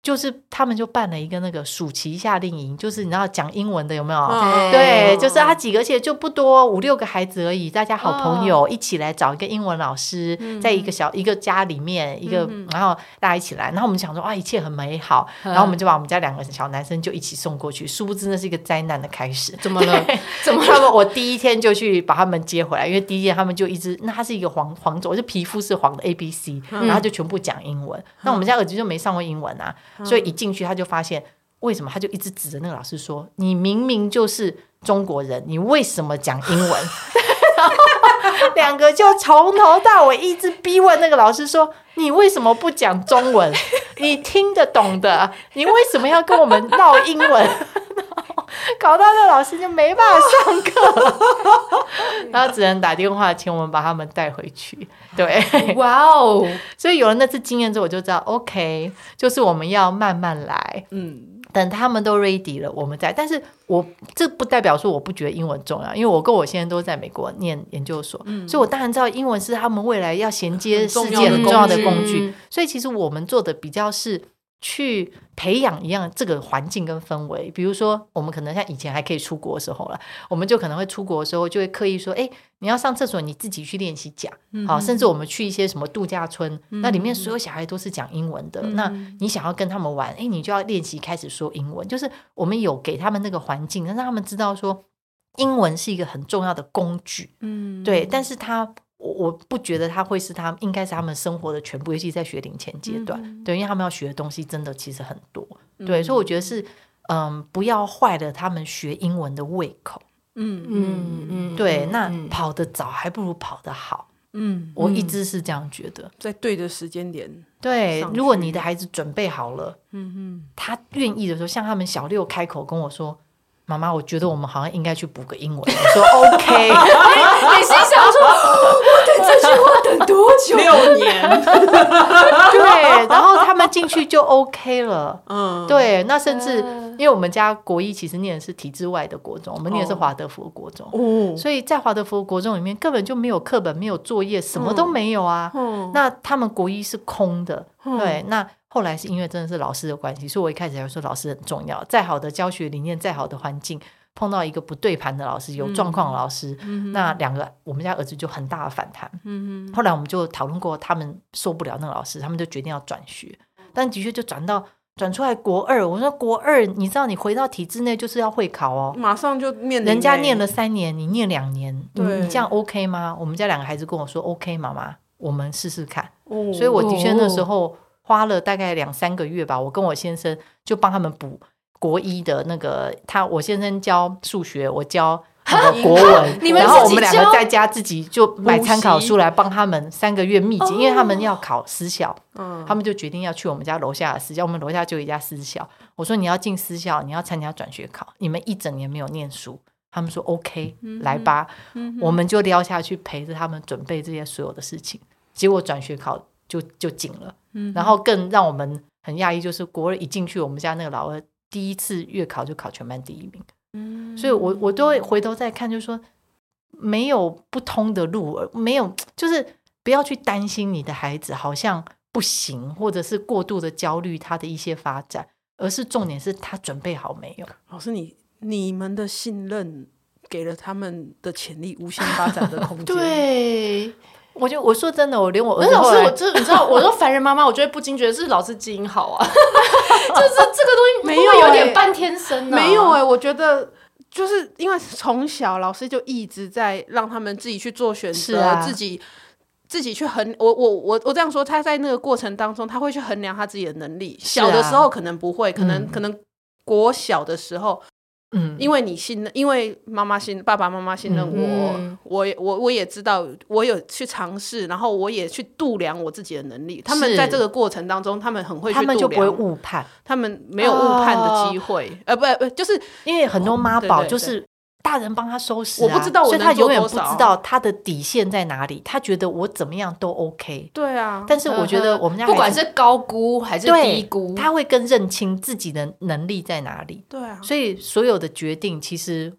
C: 就是他们就办了一个那个暑期夏令营，就是你知道讲英文的有没有？
A: 哦
C: 对，就是他几个，而且就不多，五六个孩子而已，大家好朋友一起来找一个英文老师，在一个小一个家里面，一个、然后大家一起来，然后我们想说啊，一切很美好，然后我们就把我们家两个小男生就一起送过去，殊不知那是一个灾难的开始。
B: 怎么了？
C: 怎么他们？我第一天就去把他们接回来，因为第一天他们就一直，那他是一个黄黄种，就皮肤是黄的 A B C，然后就全部讲英文。那我们家儿子就没上过英文啊，所以一进去他就发现，为什么他就一直指着那个老师说：“你明明就是中国人，你为什么讲英文？”两个就从头到尾一直逼问那个老师说：“你为什么不讲中文？你听得懂的，你为什么要跟我们闹英文？”搞到那老师就没办法上课了，然后只能打电话请我们把他们带回去。对，
B: 哇哦，
C: 所以有了那次经验之后，我就知道，OK，就是我们要慢慢来，
A: 嗯，
C: 等他们都 ready 了，我们再。但是我这不代表说我不觉得英文重要，因为我跟我先生都在美国念研究所，所以我当然知道英文是他们未来要衔接
A: 很
C: 世
A: 重
C: 界
A: 要的
C: 很重要的
B: 工
C: 工具。
B: 具
C: 所以其实我们做的比较是。去培养一样这个环境跟氛围，比如说我们可能像以前还可以出国的时候了，我们就可能会出国的时候就会刻意说，哎、你要上厕所你自己去练习讲，好、甚至我们去一些什么度假村，那里面所有小孩都是讲英文的，那你想要跟他们玩，哎、你就要练习开始说英文，就是我们有给他们那个环境，让他们知道说英文是一个很重要的工具，
A: 嗯，
C: 对，但是他我我不觉得他会是他应该是他们生活的全部，尤其在学龄前阶段，对，因为他们要学的东西真的其实很多，对，所以我觉得是嗯，不要坏了他们学英文的胃口，
A: 嗯
B: 嗯嗯，
C: 对，那
B: 嗯
C: 跑得早还不如跑得好，
A: 嗯，
C: 我一直是这样觉得，
A: 在对的时间点，
C: 对
A: 上，
C: 如果
A: 去
C: 你的孩子准备好了，
A: 嗯
C: 他愿意的时候，像他们小六开口跟我说。妈妈，我觉得我们好像应该去补个英文。我说 OK，
B: 啊你心想说，
A: 嗯，六年，
C: 对，然后他们进去就 OK 了。
A: 嗯，
C: 对，那甚至
B: 嗯
C: 因为我们家国一其实念的是体制外的国中，我们念的是华德福的国中，
A: 哦，
C: 所以在华德福的国中里面根本就没有课本，没有作业，什么都没有啊。
A: 哦，
C: 那他们国一是空的，
A: 嗯
C: 对。那后来是因为真的是老师的关系，所以我一开始还说老师很重要，再好的教学理念，再好的环境。碰到一个不对盘的老师，有状况的老师，那两个我们家儿子就很大的反弹。
A: 嗯
C: 后来我们就讨论过，他们受不了那个老师，他们就决定要转学。但的确就转到转出来国二，我说国二，你知道你回到体制内就是要会考哦
A: 哼，。马上就面临哎
C: 人家念
A: 了，
C: 了三年，你念两年，你
A: 对
C: 你这样 OK 吗？我们家两个孩子跟我说 OK，妈妈，我们试试看。
A: 哦
C: 所以我的确
B: 哦
C: 那时候花了大概两三个月吧，我跟我先生就帮他们补国一的那个，他我先生教数学，我 教。那个国文
B: 啊，你们
C: 然后我
B: 自己
C: 们两个
B: 教
C: 在家自己就买参考书来帮他们三个月密集，
B: 哦
C: 因为他们要考私校，
A: 嗯
C: 他们就决定要去我们家楼下的私校。我们楼下就有一家私校，我说你要进私校，你要参加转学考，你们一整年没有念书。他们说 OK，来吧，我们就撩下去陪着他们准备这些所有的事情。结果转学考就就紧了，然后更让我们很讶异，就是国二一进去，我们家那个老二第一次月考就考全班第一名，所以我我都会回头再看，就是说没有不通的路，呃没有就是不要去担心你的孩子好像不行，或者是过度的焦虑他的一些发展，而是重点是他准备好没有。
A: 老师你你们的信任给了他们的潜力无限发展的空 间，，
B: 对，
C: 我就我说真的，我连我
B: 可
C: 儿
B: 是
C: 子
B: 老
C: 后
B: 师，
C: 来
B: 我这你知道，我说凡人妈妈，我就会不禁觉得是老师基因好啊， 就是这个东西
A: 没
B: 会不会有
A: 有欸
B: 点半天生啊呢、
A: 没有
C: 欸
A: 哎、我觉得。就是因为从小老师就一直在让他们自己去做选
C: 是
A: 择，
C: 啊
A: 自己自己去衡我我我我这样说，他在那个过程当中，他会去衡量他自己的能力。
C: 是啊
A: 小的时候可能不会，可能、
C: 嗯
A: 可能国小的时候，
C: 嗯，
A: 因为你信任，因为妈妈信爸爸妈妈信任我，
B: 嗯
A: 我也我我也知道，我有去尝试，然后我也去度量我自己的能力。他们
C: 是
A: 在这个过程当中，他们很会去
C: 他们就
A: 度
C: 不会
A: 量，
C: 误哦判，
A: 他们没有误判的机会。呃，不不，就是
C: 因为很多妈
A: 对
C: 宝
A: 哦对
C: 就是大人帮他收拾、啊，
A: 我不知道我
C: 所以
A: 能
C: 他
A: 做
C: 永远
A: 多
C: 不知
A: 少
C: 道他的底线在哪里，他觉得我怎么样都 OK。
A: 对啊，
C: 但是我觉得我们家
B: 不管
C: 孩子
B: 是高估还是
C: 对
B: 低估，
C: 他会更认清自己的能力在哪里，
A: 对啊，
C: 所以所有的决定其实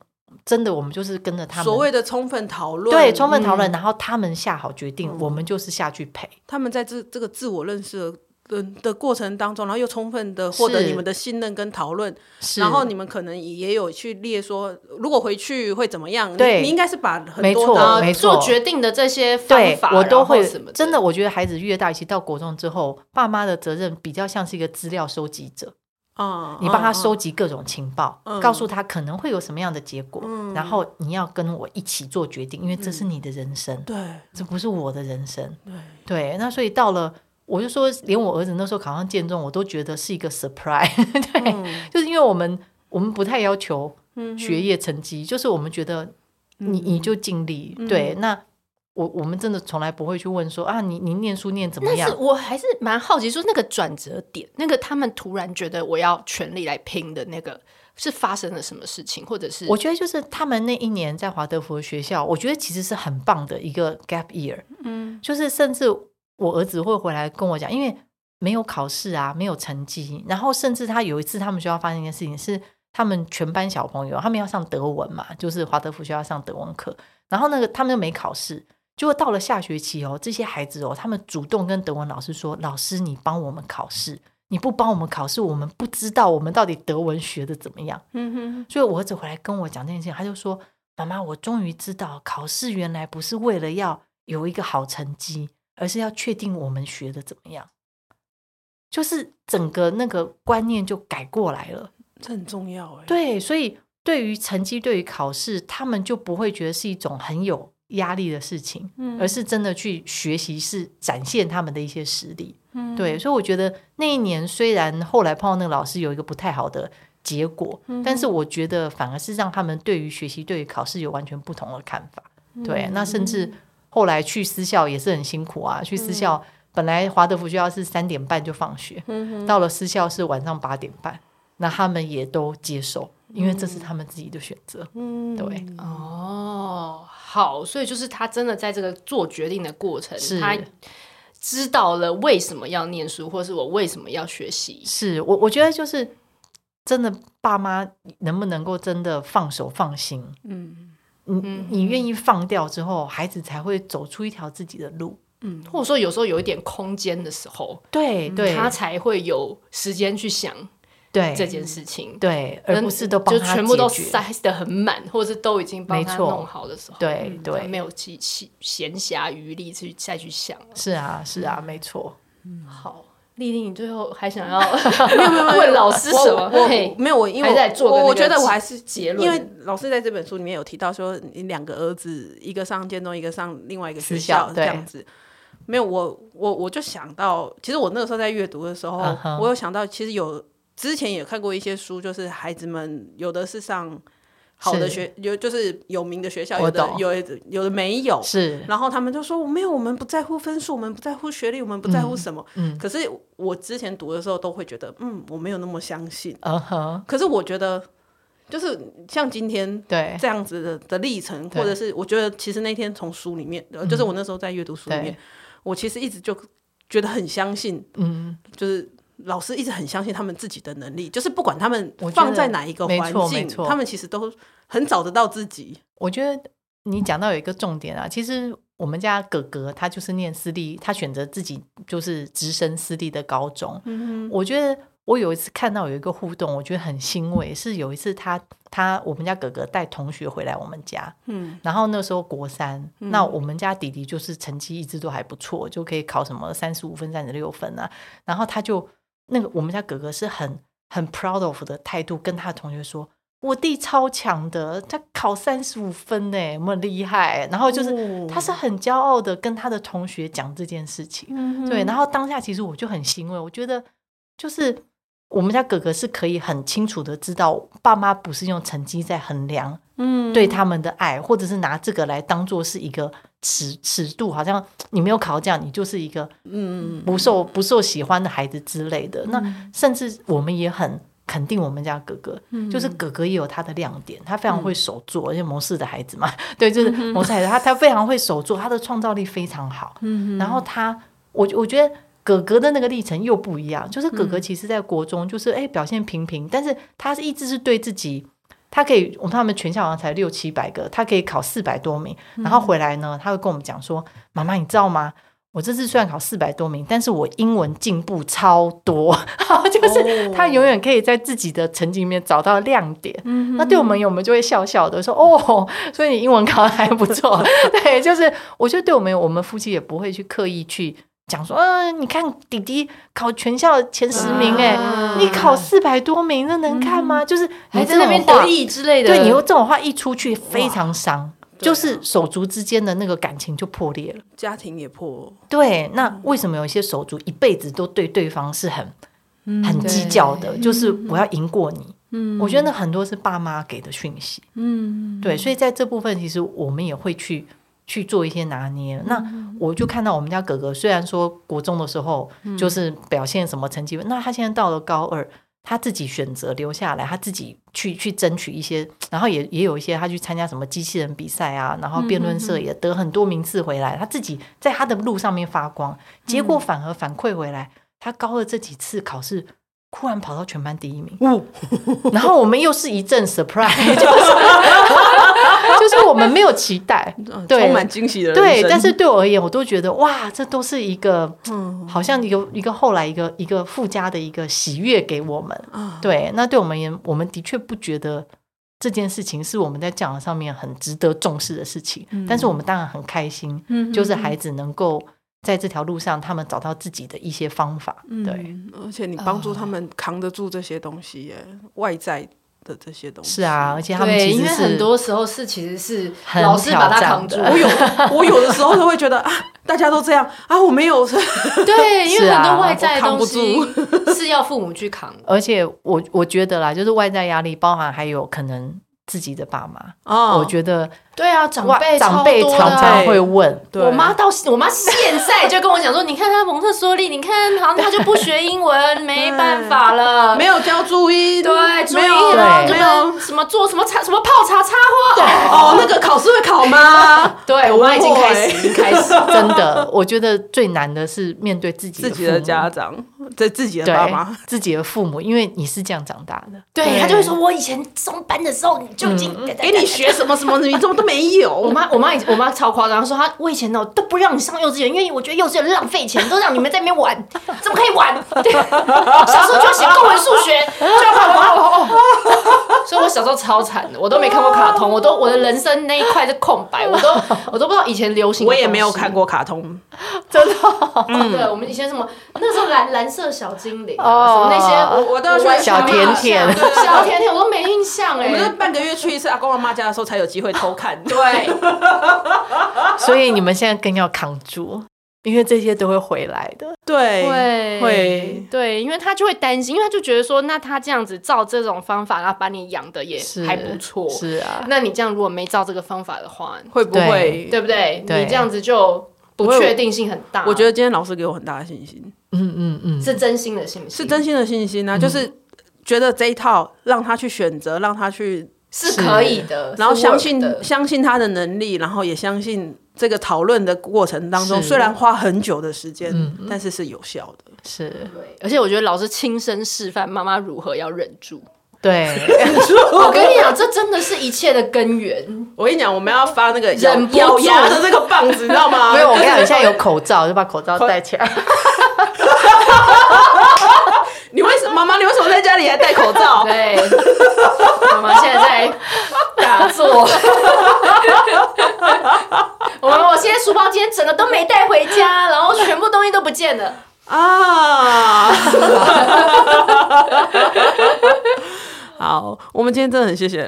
C: 真的我们就是跟着他们
A: 所谓的充分讨论，
C: 对充分讨论，
A: 嗯
C: 然后他们下好决定，我们就是下去陪。
A: 他们在这这个自我认识的。的的过程当中，然后又充分的获得
C: 是
A: 你们的信任跟讨论，
C: 是
A: 然后你们可能也有去列说，如果回去会怎么样？你
C: 对
A: 你应该是把很
C: 没
A: 多
C: 错
A: 的
B: 呃
C: 没
B: 做
C: 错
B: 决定的这些方
C: 对
B: 法，
C: 我都
B: 然后
C: 会
B: 什么
C: 真的，我觉得孩子越大，尤其到国中之后，爸妈的责任比较像是一个资料收集者，
A: 啊，
C: 你帮他
A: 嗯
C: 收，集各种情报，
A: 嗯
C: 告诉他可能会有什么样的结果，
A: 嗯
C: 然后你要跟我一起做决定，因为这是你的人生，
A: 嗯对
C: 这不是我的人生。
A: 对，
C: 对，那所以到了，我就说，连我儿子那时候考上建中，我都觉得是一个 surprise。对， 就是因为我们我们不太要求学业成绩，就是我们觉得你你就尽力。对，那我我们真的从来不会去问说啊，你你念书念怎么
B: 但
C: 样
B: 是？我还是蛮好奇，说那个转折点，那个他们突然觉得我要全力来拼的那个，是发生了什么事情，或者是
C: 我觉得就是他们那一年在华德福的学校，我觉得其实是很棒的一个 gap year。嗯，就是甚至我儿子会回来跟我讲，因为没有考试啊，没有成绩，然后甚至他有一次他们学校发生一件事情是。他们全班小朋友，他们要上德文嘛，就是华德福学校上德文课，然后那个他们又没考试，结果到了下学期哦，这些孩子哦，他们主动跟德文老师说：“老师，你帮我们考试，你不帮我们考试，我们不知道我们到底德文学的怎么样。”
A: 嗯哼，
C: 所以我儿子回来跟我讲这件事情，他就说：“妈妈，我终于知道考试原来不是为了要有一个好成绩，而是要确定我们学的怎么样。”就是整个那个观念就改过来了。
A: 这很重要哎，
C: 对，所以对于成绩、对于考试，他们就不会觉得是一种很有压力的事情，
A: 嗯
C: 而是真的去学习，是展现他们的一些实力。
A: 嗯
C: 对，所以我觉得那一年虽然后来碰到那个老师有一个不太好的结果，
A: 嗯
C: 但是我觉得反而是让他们对于学习、对于考试有完全不同的看法。对，那甚至
A: 嗯
C: 后来去私校也是很辛苦啊，去私校。本来华德福学校是三点半就放学，
A: 嗯
C: 到了私校是晚上八点半，那他们也都接受，因为这是他们自己的选择。
A: 嗯
C: 对，
B: 哦，好，所以就是他真的在这个做决定的过程，
C: 是
B: 他知道了为什么要念书，或是我为什么要学习。
C: 是我我觉得就是真的，爸妈能不能够真的放手放心？
A: 嗯
C: 你你
B: 嗯
C: 愿意放掉之后，孩子才会走出一条自己的路。
A: 嗯，
B: 或者说，有时候有一点空间的时候，
C: 对对
B: 他才会有时间去想这
C: 对
B: 件事情，
C: 对，而不是都帮
B: 就
C: 他
B: 全部都
C: 解决
B: 塞得很满，或者是都已经帮他
C: 没错
B: 弄好的时候，
C: 对
B: 他
C: 对，
B: 没有去去闲暇余力去再去想了。
C: 是啊是
B: 嗯
C: 啊，没错。
B: 好，丽丽，你最后还 想要问老师什么？
A: 我
B: 嘿
A: 我没有我，因为
B: 还在
A: 我
B: 做个
A: 我
B: 那
A: 我
B: 个
A: 觉得我还是
B: 结论
A: 因为老师在这本书里面有提到说，你两个儿子，一个上建中，一个上另外一个学
C: 私校
A: 这
C: 对
A: 样子。没有我我我就想到，其实我那个时候在阅读的时候
C: 嗯哼
A: 我有想到，其实有之前也看过一些书，就是孩子们有的是上好的
C: 是
A: 学，有就是有名的学校，
C: 我
A: 有的
C: 懂
A: 有的有的没有，
C: 是
A: 然后他们就说：“我没有，我们不在乎分数，我们不在乎学历，我们不在乎什么。
C: 嗯
A: 可是我之前读的时候都会觉得，嗯，我没有那么相信。
C: 嗯哼，
A: 可是我觉得，就是像今天
C: 对
A: 这样子的的历程，
C: 对嗯
A: 或者是我觉得，其实那天从书里面，呃就是我那时候在阅读书里面，我其实一直就觉得很相信，
C: 嗯，
A: 就是。老师一直很相信他们自己的能力，就是不管他们
C: 我觉得
A: 放在哪一个
C: 没
A: 环
C: 错没
A: 境，
C: 错
A: 他们其实都很找得到自己。
C: 我觉得你讲到有一个重点啊，其实我们家哥哥他就是念私立，他选择自己就是直升私立的高中。
A: 嗯
C: 我觉得我有一次看到有一个互动，我觉得很欣慰，是有一次他他我们家哥哥带同学回来我们家，
A: 嗯
C: 然后那时候国三，那我们家弟弟就是成绩一直都还不错，就可以考什么三十五分、三十六分啊。然后他就那个我们家哥哥是很很 proud of 的态度，跟他的同学说：“我弟超强的，他考三十五分呢，有没有厉害？”然后就是、
A: 哦
C: 他是很骄傲的跟他的同学讲这件事情。
A: 嗯
C: 对，然后当下其实我就很欣慰，我觉得就是我们家哥哥是可以很清楚的知道，爸妈不是用成绩在衡量
A: 嗯
C: 对他们的爱，或者是拿这个来当做是一个尺尺度，好像你没有考这样，你就是一个
A: 嗯
C: 不受不受喜欢的孩子之类的。那甚至我们也很肯定我们家哥哥，
A: 嗯
C: 就是哥哥也有他的亮点，他非常会手做，而且模式的孩子嘛，对，就是模式孩子，他他非常会手做，他的创造力非常好。然后他，我我觉得。哥哥的那个历程又不一样，就是哥哥其实在国中就是哎、表现平平，但是他是一直是对自己他可以，我们他们全校好像才六七百个，他可以考四百多名，然后回来呢，他会跟我们讲说：“妈妈，你知道吗？我这次虽然考四百多名，但是我英文进步超多， 就是他永远可以在自己的成绩里面找到亮点。那对我们，我们就会笑笑的说：‘哦，所以你英文考的还不错。’ 对，就是我觉得对我们，我们夫妻也不会去刻意去。”讲说，嗯、你看弟弟考全校前十名、欸，哎、
B: 啊嗯
C: 你考四百多名，那能看吗？就是
B: 还
C: 你
B: 在
C: 这
B: 那
C: 种
B: 边
C: 话
B: 得意之类的，
C: 对你用这种话一出去，非常伤，
A: 对
C: 就
A: 啊
C: 是手足之间的那个感情就破裂了。
A: 家庭也破，
C: 对，那为什么有一些手足一辈子都对对方是很
A: 嗯
C: 很
B: 对
C: 计较的？就是我要赢过你。嗯，我觉得那很多是爸妈给的讯息。
A: 嗯，
C: 对，所以在这部分，其实我们也会去去做一些拿捏。那
A: 嗯
C: 我就看到我们家哥哥，虽然说国中的时候就是表现什么成绩，那他现在到了高二，他自己选择留下来，他自己去去争取一些，然后也也有一些他去参加什么机器人比赛啊，然后辩论
A: 嗯
C: 社也得很多名次回来，他自己在他的路上面发光，结果反而反馈回来，他高二这几次考试。忽然跑到全班第一 名，然后我们又是一阵 surprise，就是 就是我们没有期待，
A: 嗯
C: 对
A: 充满惊喜的人
C: 对，
A: 生
C: 但是对我而言，我都觉得哇，这都是一个
A: 嗯
C: 好像一个一个后来一个一个附加的一个喜悦给我们。
A: 啊，
C: 对，那对我们也，我们的确不觉得这件事情是我们在讲上面很值得重视的事情，但是我们当然很开心，
A: 嗯
C: 就是孩子能够在这条路上，他们找到自己的一些方法。对，
A: 嗯而且你帮
C: 呃
A: 助他们扛得住这些东西耶，外在的这些东西。
C: 是啊，而且他们
B: 对，
C: 其
B: 因
C: 实
B: 为
C: 是
B: 很多时候是其实是
C: 很
B: 老师把他
C: 挑战
B: 扛住，
C: 的
A: 我有， 我有的时候都会觉得啊，大家都这样啊，我没有，
B: 对，因
C: 是
B: 为
C: 啊
B: 很多外在的
A: 我扛
B: 东
A: 不
B: 西 是要父母去扛。
C: 而且我我觉得啦，就是外在压力，包含还有可能自己的爸妈，
A: 啊，
C: 我觉得
B: 对啊，长
C: 哇
B: 辈
C: 长
B: 辈
C: 辈常常会问，
A: 对
B: 啊我妈到我妈现在就跟我讲说，你看她蒙特梭利，你看好像她就不学英文，没办法了。
A: 没有教注音，
B: 对，注
A: 没
B: 意啊
A: 有
B: 了，
C: 对
B: 这
A: 没
B: 个
A: 有。
B: 什么做什么插什么泡茶插花，
A: 哦，那个考试会 考吗？
B: 对我妈已经开始，
A: 会
B: 已经开始。
C: 真的，我觉得最难的是面对自己
A: 自己
C: 父
A: 的
C: 母
A: 家长，这自己的爸
C: 对
A: 妈，
C: 自己的父母，因为你是这样长大的，
B: 对，她就会说，我以前中班的时候你就已经
A: 给你学什么什么，你怎么都没
B: 我
A: 有？
B: 妈，我妈以，我妈超夸张，她说她我以前呢都不让你上幼稚园，因为我觉得幼稚园浪费钱，都让你们在那边玩，怎么可以玩？对，小时候就要写公文、数学，就要干嘛？ 所以我小时候超惨的，我都没看过卡通，我都我的人生那一块是空白，我都我都不知道以前流行。
A: 我也没有看。过嗯卡通，
C: 真的哦、
B: 对，我们以前什么那时候蓝蓝色小精灵啊，什
C: 哦
B: 么那些
A: 我都要去
B: 完全
C: 小
B: 没
C: 甜
B: 印
C: 甜
B: 象对小甜甜我都没印象
A: 我们就是
B: 哎。
A: 半个月去一次阿公阿妈家的时候才有机会偷看。
B: 对，
C: 所以你们现在更要扛住，因为这些都会回来的。
A: 对
B: 会
A: 会
B: 对，因为他就会担心，因为他就觉得说，那他这样子照这种方法，然后把你养的也
C: 是
B: 还不错。
C: 是啊，
B: 那你这样如果没照这个方法的话，
A: 会不会？
B: 对不对？
C: 对
B: 你这样子就不确定性很大。
A: 我觉得今天老师给我很大的信心，
C: 嗯嗯嗯，
B: 是真心的信心，
A: 是真心的信心啊，就是觉得这一套让他去选择，让他去，
B: 是可以的，
A: 然后
B: 是
A: 相
B: work
A: 信
B: 的。
A: 相信他的能力，然后也相信这个讨论的过程当中，
C: 是
A: 虽然花很久的时间，但是是有效的。
C: 是，
B: 对而且我觉得老师亲身示范妈妈如何要忍住。
C: 对，
A: 哦
B: 我跟你讲，这真的是一切的根源。
A: 我跟你讲，我们要发那个咬
B: 忍不住
A: 咬牙的这个棒子，你知道吗？
C: 没有，我跟你讲，你现在有口罩，就把口罩戴起来。
A: 你为什妈妈，你为什么在家里还戴口罩？
B: 对， 妈妈现在在打 坐。我我现在书包今天整个都没带回家，然后全部东西都不见了。
A: 啊！好，我们今天真的很谢谢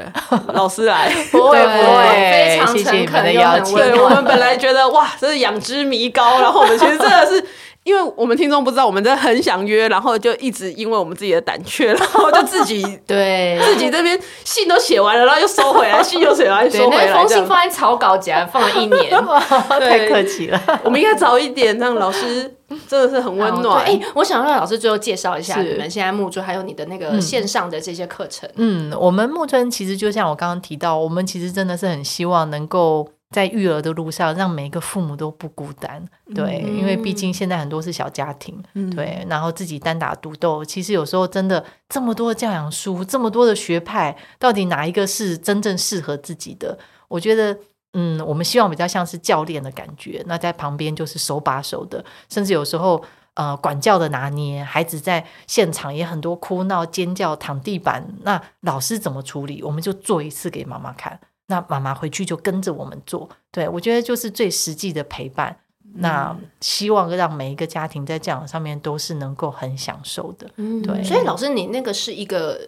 A: 老师来。
C: 不会不
B: 非
C: 会，
B: 常
C: 谢谢你
B: 诚恳
C: 们的
B: 又
C: 邀
B: 很
C: 请。
B: 温
A: 对我
B: 暖
A: 们本来觉得哇，真是仰之弥高，然后我们其实真的是。因为我们听众不知道，我们真的很想约，然后就一直因为我们自己的胆怯，然后就 自己
B: 对
A: 自己这边信都写完了，然后又收回来，信又写完又
B: 对，
A: 收回
B: 那
A: 来
B: 封
A: 这
B: 信
A: 样。
B: 放在草稿夹，放了一年，
C: 太客气 了。
A: 我们应该早一点让老师，真的是很温
C: 哦
A: 暖。
B: 对哎、我想让老师最后介绍一下
C: 是
B: 你们现在木桌还有你的那个线上的这些课程。
C: 嗯，我们木村其实就像我刚刚提到，我们其实真的是很希望能够在育儿的路上，让每一个父母都不孤单。对，
A: 嗯
C: 因为毕竟现在很多是小家庭，
A: 嗯
C: 对，然后自己单打独斗。其实有时候真的这么多的教养书，这么多的学派，到底哪一个是真正适合自己的？我觉得。嗯，我们希望比较像是教练的感觉，那在旁边就是手把手的，甚至有时候呃管教的拿捏，孩子在现场也很多哭闹、尖叫、躺地板，那老师怎么处理，我们就做一次给妈妈看，那妈妈回去就跟着我们做。对我觉得就是最实际的陪伴。那
B: 嗯
C: 希望让每一个家庭在教养上面都是能够很享受的，
B: 嗯，
C: 对
B: 所以老师，你那个是一个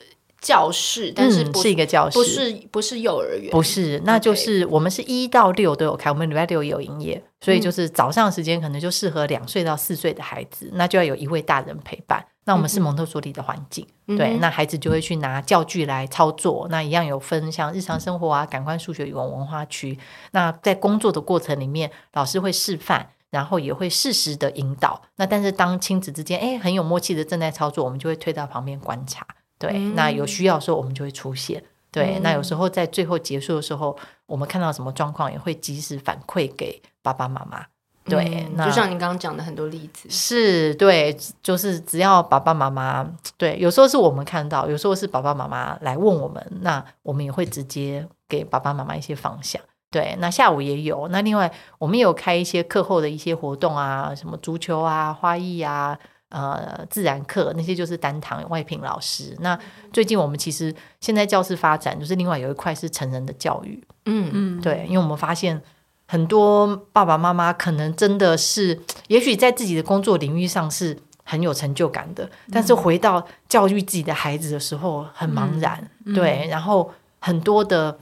B: 教室，但是
C: 嗯
B: 不
C: 是一个教室，
B: 不是不是幼儿园，
C: 不是，那就是我们是一到六都有开，我们礼拜六也有营业，所
B: 嗯
C: 以就是早上时间可能就适合两岁到四岁的孩子，那就要有一位大人陪伴。那我
B: 嗯
C: 们是蒙特梭利的环境，对，那孩子就会去拿教具来操作，那一样有分像日常生活啊、感官、数学、语文、文化区。那在工作的过程里面，老师会示范。然后也会适时的引导，那但是当亲子之间哎很有默契的正在操作，我们就会推到旁边观察，对，那有需要的时候我们就会出现，
B: 嗯
C: 对，那有时候在最后结束的时候，我们看到什么状况也会及时反馈给爸爸妈妈。对，
B: 嗯
C: 那
B: 就像你刚刚讲的很多例子，
C: 是对，就是只要爸爸妈妈对，有时候是我们看到，有时候是爸爸妈妈来问我们，那我们也会直接给爸爸妈妈一些方向。对，那下午也有，那另外我们也有开一些课后的一些活动啊，什么足球啊、花艺啊。呃，自然课那些就是单堂外聘老师。那最近我们其实现在教室发展，就是另外有一块是成人的教育，
B: 嗯
A: 嗯，
C: 对，因为我们发现很多爸爸妈妈可能真的是，也许在自己的工作领域上是很有成就感的，但是回到教育自己的孩子的时候很茫然，对，然后很多的。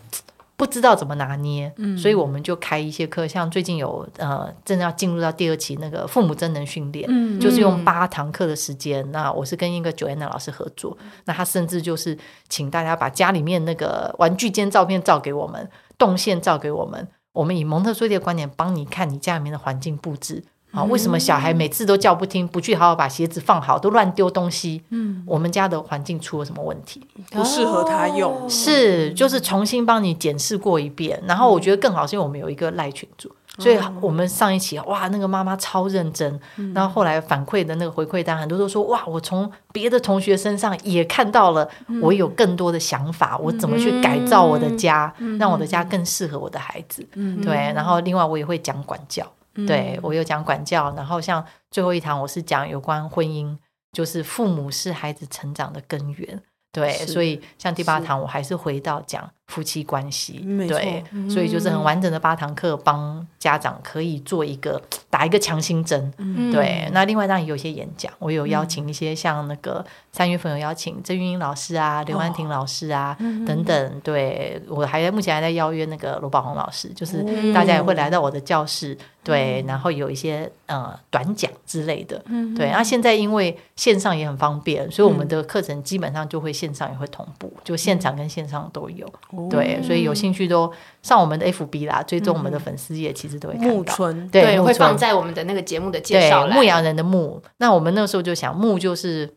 C: 不知道怎么拿捏，所以我们就开一些课，像最近有呃，正要进入到第二期那个父母真能训练，
A: 嗯
C: 就是用八堂课的时间。那我是跟一个 Joanna 老师合作，那他甚至就是请大家把家里面那个玩具间照片照给我们，动线照给我们，我们以蒙特梭利的观点帮你看你家里面的环境布置。啊，为什么小孩每次都叫不听，不去好好把鞋子放好，都乱丢东西？嗯，我们家的环境出了什么问题？
A: 不适合他
C: 哦
A: 用，
C: 是，就是重新帮你检视过一遍。然后我觉得更好是因为我们有一个赖群组，所以我们上一期哇，那个妈妈超认真。然后后来反馈的那个回馈单，很多都说哇，我从别的同学身上也看到了，我有更多的想法，我怎么去改造我的家，让我的家更适合我的孩子。
A: 嗯
C: 对，然后另外我也会讲管教。对我有讲管教，然后像最后一堂我是讲有关婚姻，就是父母是孩子成长的根源。对，
A: 是
C: 所以像第八堂我还是回到讲夫妻关系
A: 没，错嗯
C: 对，所以就是很完整的八堂课，帮家长可以做一个打一个强心针。
B: 嗯
C: 对，那另外当然有一些演讲，我有
A: 嗯
C: 邀请一些像那个三月份有邀请郑云英老师啊、刘安
A: 哦
C: 婷老师啊、
A: 嗯
C: 等等，对我还在目前还在邀约那个罗宝红老师，就是大家也
A: 嗯
C: 会来到我的教室，对，然后有一些呃短讲之类的，
A: 嗯
C: 对。那现在因为线上也很方便，所以我们的课程基本上就会线上也会同步，就
A: 嗯
C: 现场跟线上都有，
A: 哦
C: 对，所以有兴趣都上我们的 FB 啦，追踪我们的粉丝页，其实都会看
A: 嗯木
C: 到。
A: 村，
C: 对，木
B: 会
C: 村
B: 放在我们的那个节目的介
C: 对
B: 绍，栏
C: 牧羊人的牧。那我们那时候就想，牧就是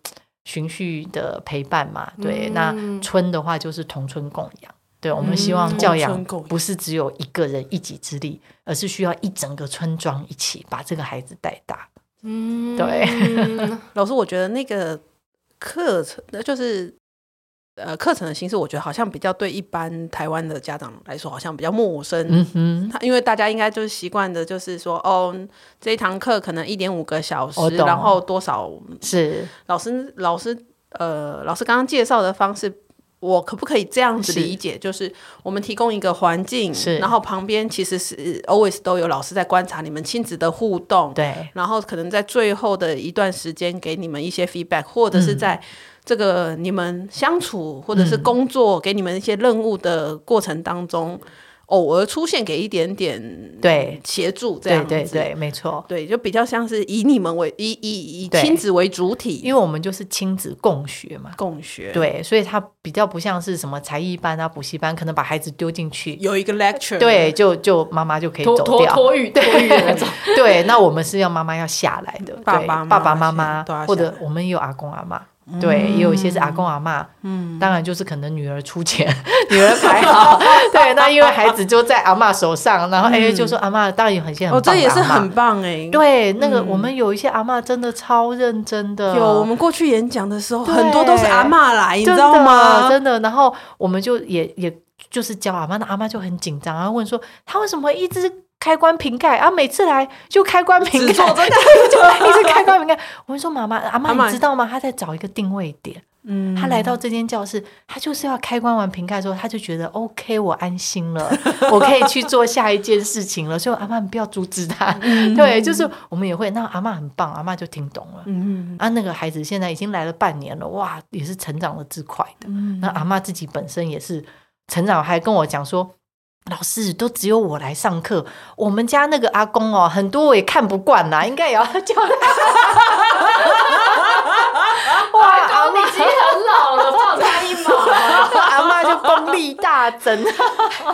C: 循序的陪伴嘛，对。那春的话就是同春共养，对。我们希望
A: 嗯
C: 教
A: 同
C: 养
A: 村共养
C: 不是只有一个人一己之力，而是需要一整个村庄一起把这个孩子带大。
B: 嗯
C: 对，
A: 老师，我觉得那个课程就是呃课程的形式，我觉得好像比较对一般台湾的家长来说，好像比较陌生。
C: 嗯哼，
A: 他因为大家应该就是习惯的，就是说，哦，这一堂课可能一点五个小时
C: 我，哦懂
A: 然后多少
C: 是
A: 老师老师呃老师刚刚介绍的方式，我可不可以这样子
C: 是
A: 理解？就是我们提供一个环境，
C: 是
A: 然后旁边其实是 always 都有老师在观察你们亲子的互动，
C: 对，
A: 然后可能在最后的一段时间给你们一些 feedback，或者是
C: 嗯
A: 在这个你们相处或者是工作给你们一些任务的过程当中，偶尔出现给一点点
C: 对，
A: 协助，嗯这
C: 对
A: 样子
C: 对对，没错。
A: 对就比较像是以你们为以以以
C: 对
A: 亲子为主体
C: 因为我们就是亲子共学嘛，
A: 共学，，
C: 对，所以它比较不像是什么才艺班啊、补习班，可能把孩子丢进去，
A: 有一个 lecture，
C: 对，就就妈妈就可以走
B: 托托
C: 掉，
B: 托育托育的那 种，
C: 对，那我们是要妈妈要下来的，
A: 爸
C: 对
A: 爸妈妈
C: 爸爸妈妈
A: 都要下来
C: 或者我们也有阿公阿妈，对，也有一些是阿公阿妈，
D: 嗯，
C: 当然就是可能女儿出钱，女儿排好， 对，那因为孩子就在阿嬷手上，然后哎、就说阿嬷当然有很些很
D: 哦，这
C: 棒的
D: 也是
C: 阿嬷
D: 很棒
A: 欸
D: 哎。
C: 对，那个我们有一些阿嬷真的超认真的，
D: 有我们过去演讲的时候，
C: 啊对
D: 很多都是阿嬷来，你知
C: 真的
D: 道吗？
C: 真的，然后我们就也也就是教阿妈，那阿妈就很紧张，然后问说她为什么一直开关瓶盖啊？每次来就开关瓶
D: 只
C: 盖，
D: 做这
C: 就一直开关瓶盖。我们说妈妈，阿
D: 阿
C: 妈
D: 嬷
C: 你知道吗？她在找一个定位点。
D: 嗯
C: 她来到这间教室，她就是要开关完瓶盖之后，她就觉得 OK，我安 心了，我可以去做下一件事情了。所以阿妈，你不要阻止 她。
D: 嗯
C: 对，就是我们也会，那阿妈很棒，阿妈就听懂了。
D: 嗯
C: 啊，那个孩子现在已经来了半年了，哇，也是成长的之快的。
A: 嗯
C: 那阿妈自己本身也是成长，还跟我讲说。老师都只有我来上课，我们家那个阿公哦，很多我也看不惯啦，应该也要叫他。 哇，阿
B: 啊你已经很老了，放他一马。
C: 妈阿妈就功力大 增，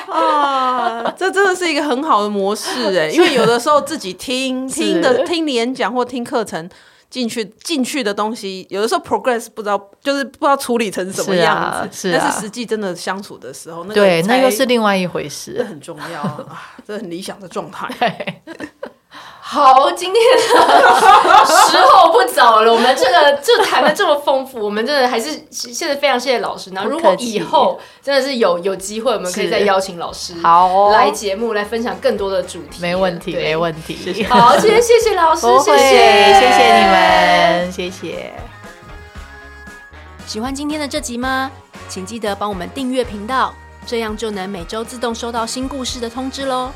D: 啊，这真的是一个很好的模式哎，因为有的时候自己听
C: 是
D: 听的听你演讲或听课程。进去进去的东西，有的时候 progress 不知道，就是不知道处理成什么
C: 是啊
D: 样子。
C: 是啊
D: 但是实际真的相处的时候，那个
C: 对，那
D: 才
C: 又是另外一回
D: 这
C: 事。
D: 很重要啊，这很理想的状态。
C: 对，
B: 好，今天 的时候不早了，我们这个就谈的这么丰富，我们真的还是现在非常谢谢老师。然后如果
C: 不客气
B: 以后真的是有有机会，我们可以
C: 是
B: 再邀请老师
C: 好哦
B: 来节目来分享更多的主题，
C: 没问题，
B: 对
C: 没问题。
B: 好，今天谢谢老师
C: 不，
B: 谢
C: 会，
B: 谢，
C: 谢谢你。们，谢谢。
B: 喜欢今天的这集吗？请记得帮我们订阅频道，这样就能每周自动收到新故事的通知喽。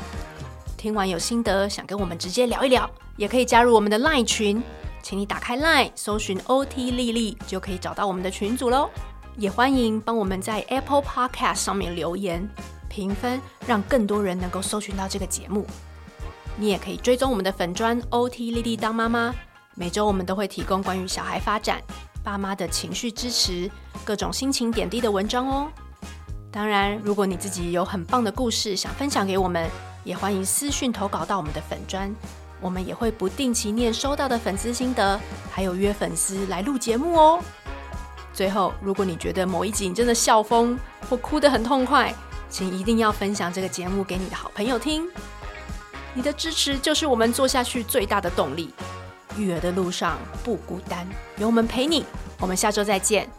B: 听完有心得，想跟我们直接聊一聊，也可以加入我们的 LINE 群，请你打开 LINE 搜寻 OT 丽丽，就可以找到我们的群组喽。也欢迎帮我们在 Apple Podcast 上面留言评分，让更多人能够搜寻到这个节目。你也可以追踪我们的粉砖 OT 丽丽当妈妈，每周我们都会提供关于小孩发展、爸妈的情绪支持、各种心情点滴的文章哦。当然，如果你自己有很棒的故事想分享给我们，也欢迎私讯投稿到我们的粉砖，我们也会不定期念收到的粉丝心得，还有约粉丝来录节目哦。最后，如果你觉得某一集你真的笑疯或哭得很痛快，请一定要分享这个节目给你的好朋友听。你的支持就是我们做下去最大的动力。育儿的路上不孤单，有我们陪你。我们下周再见，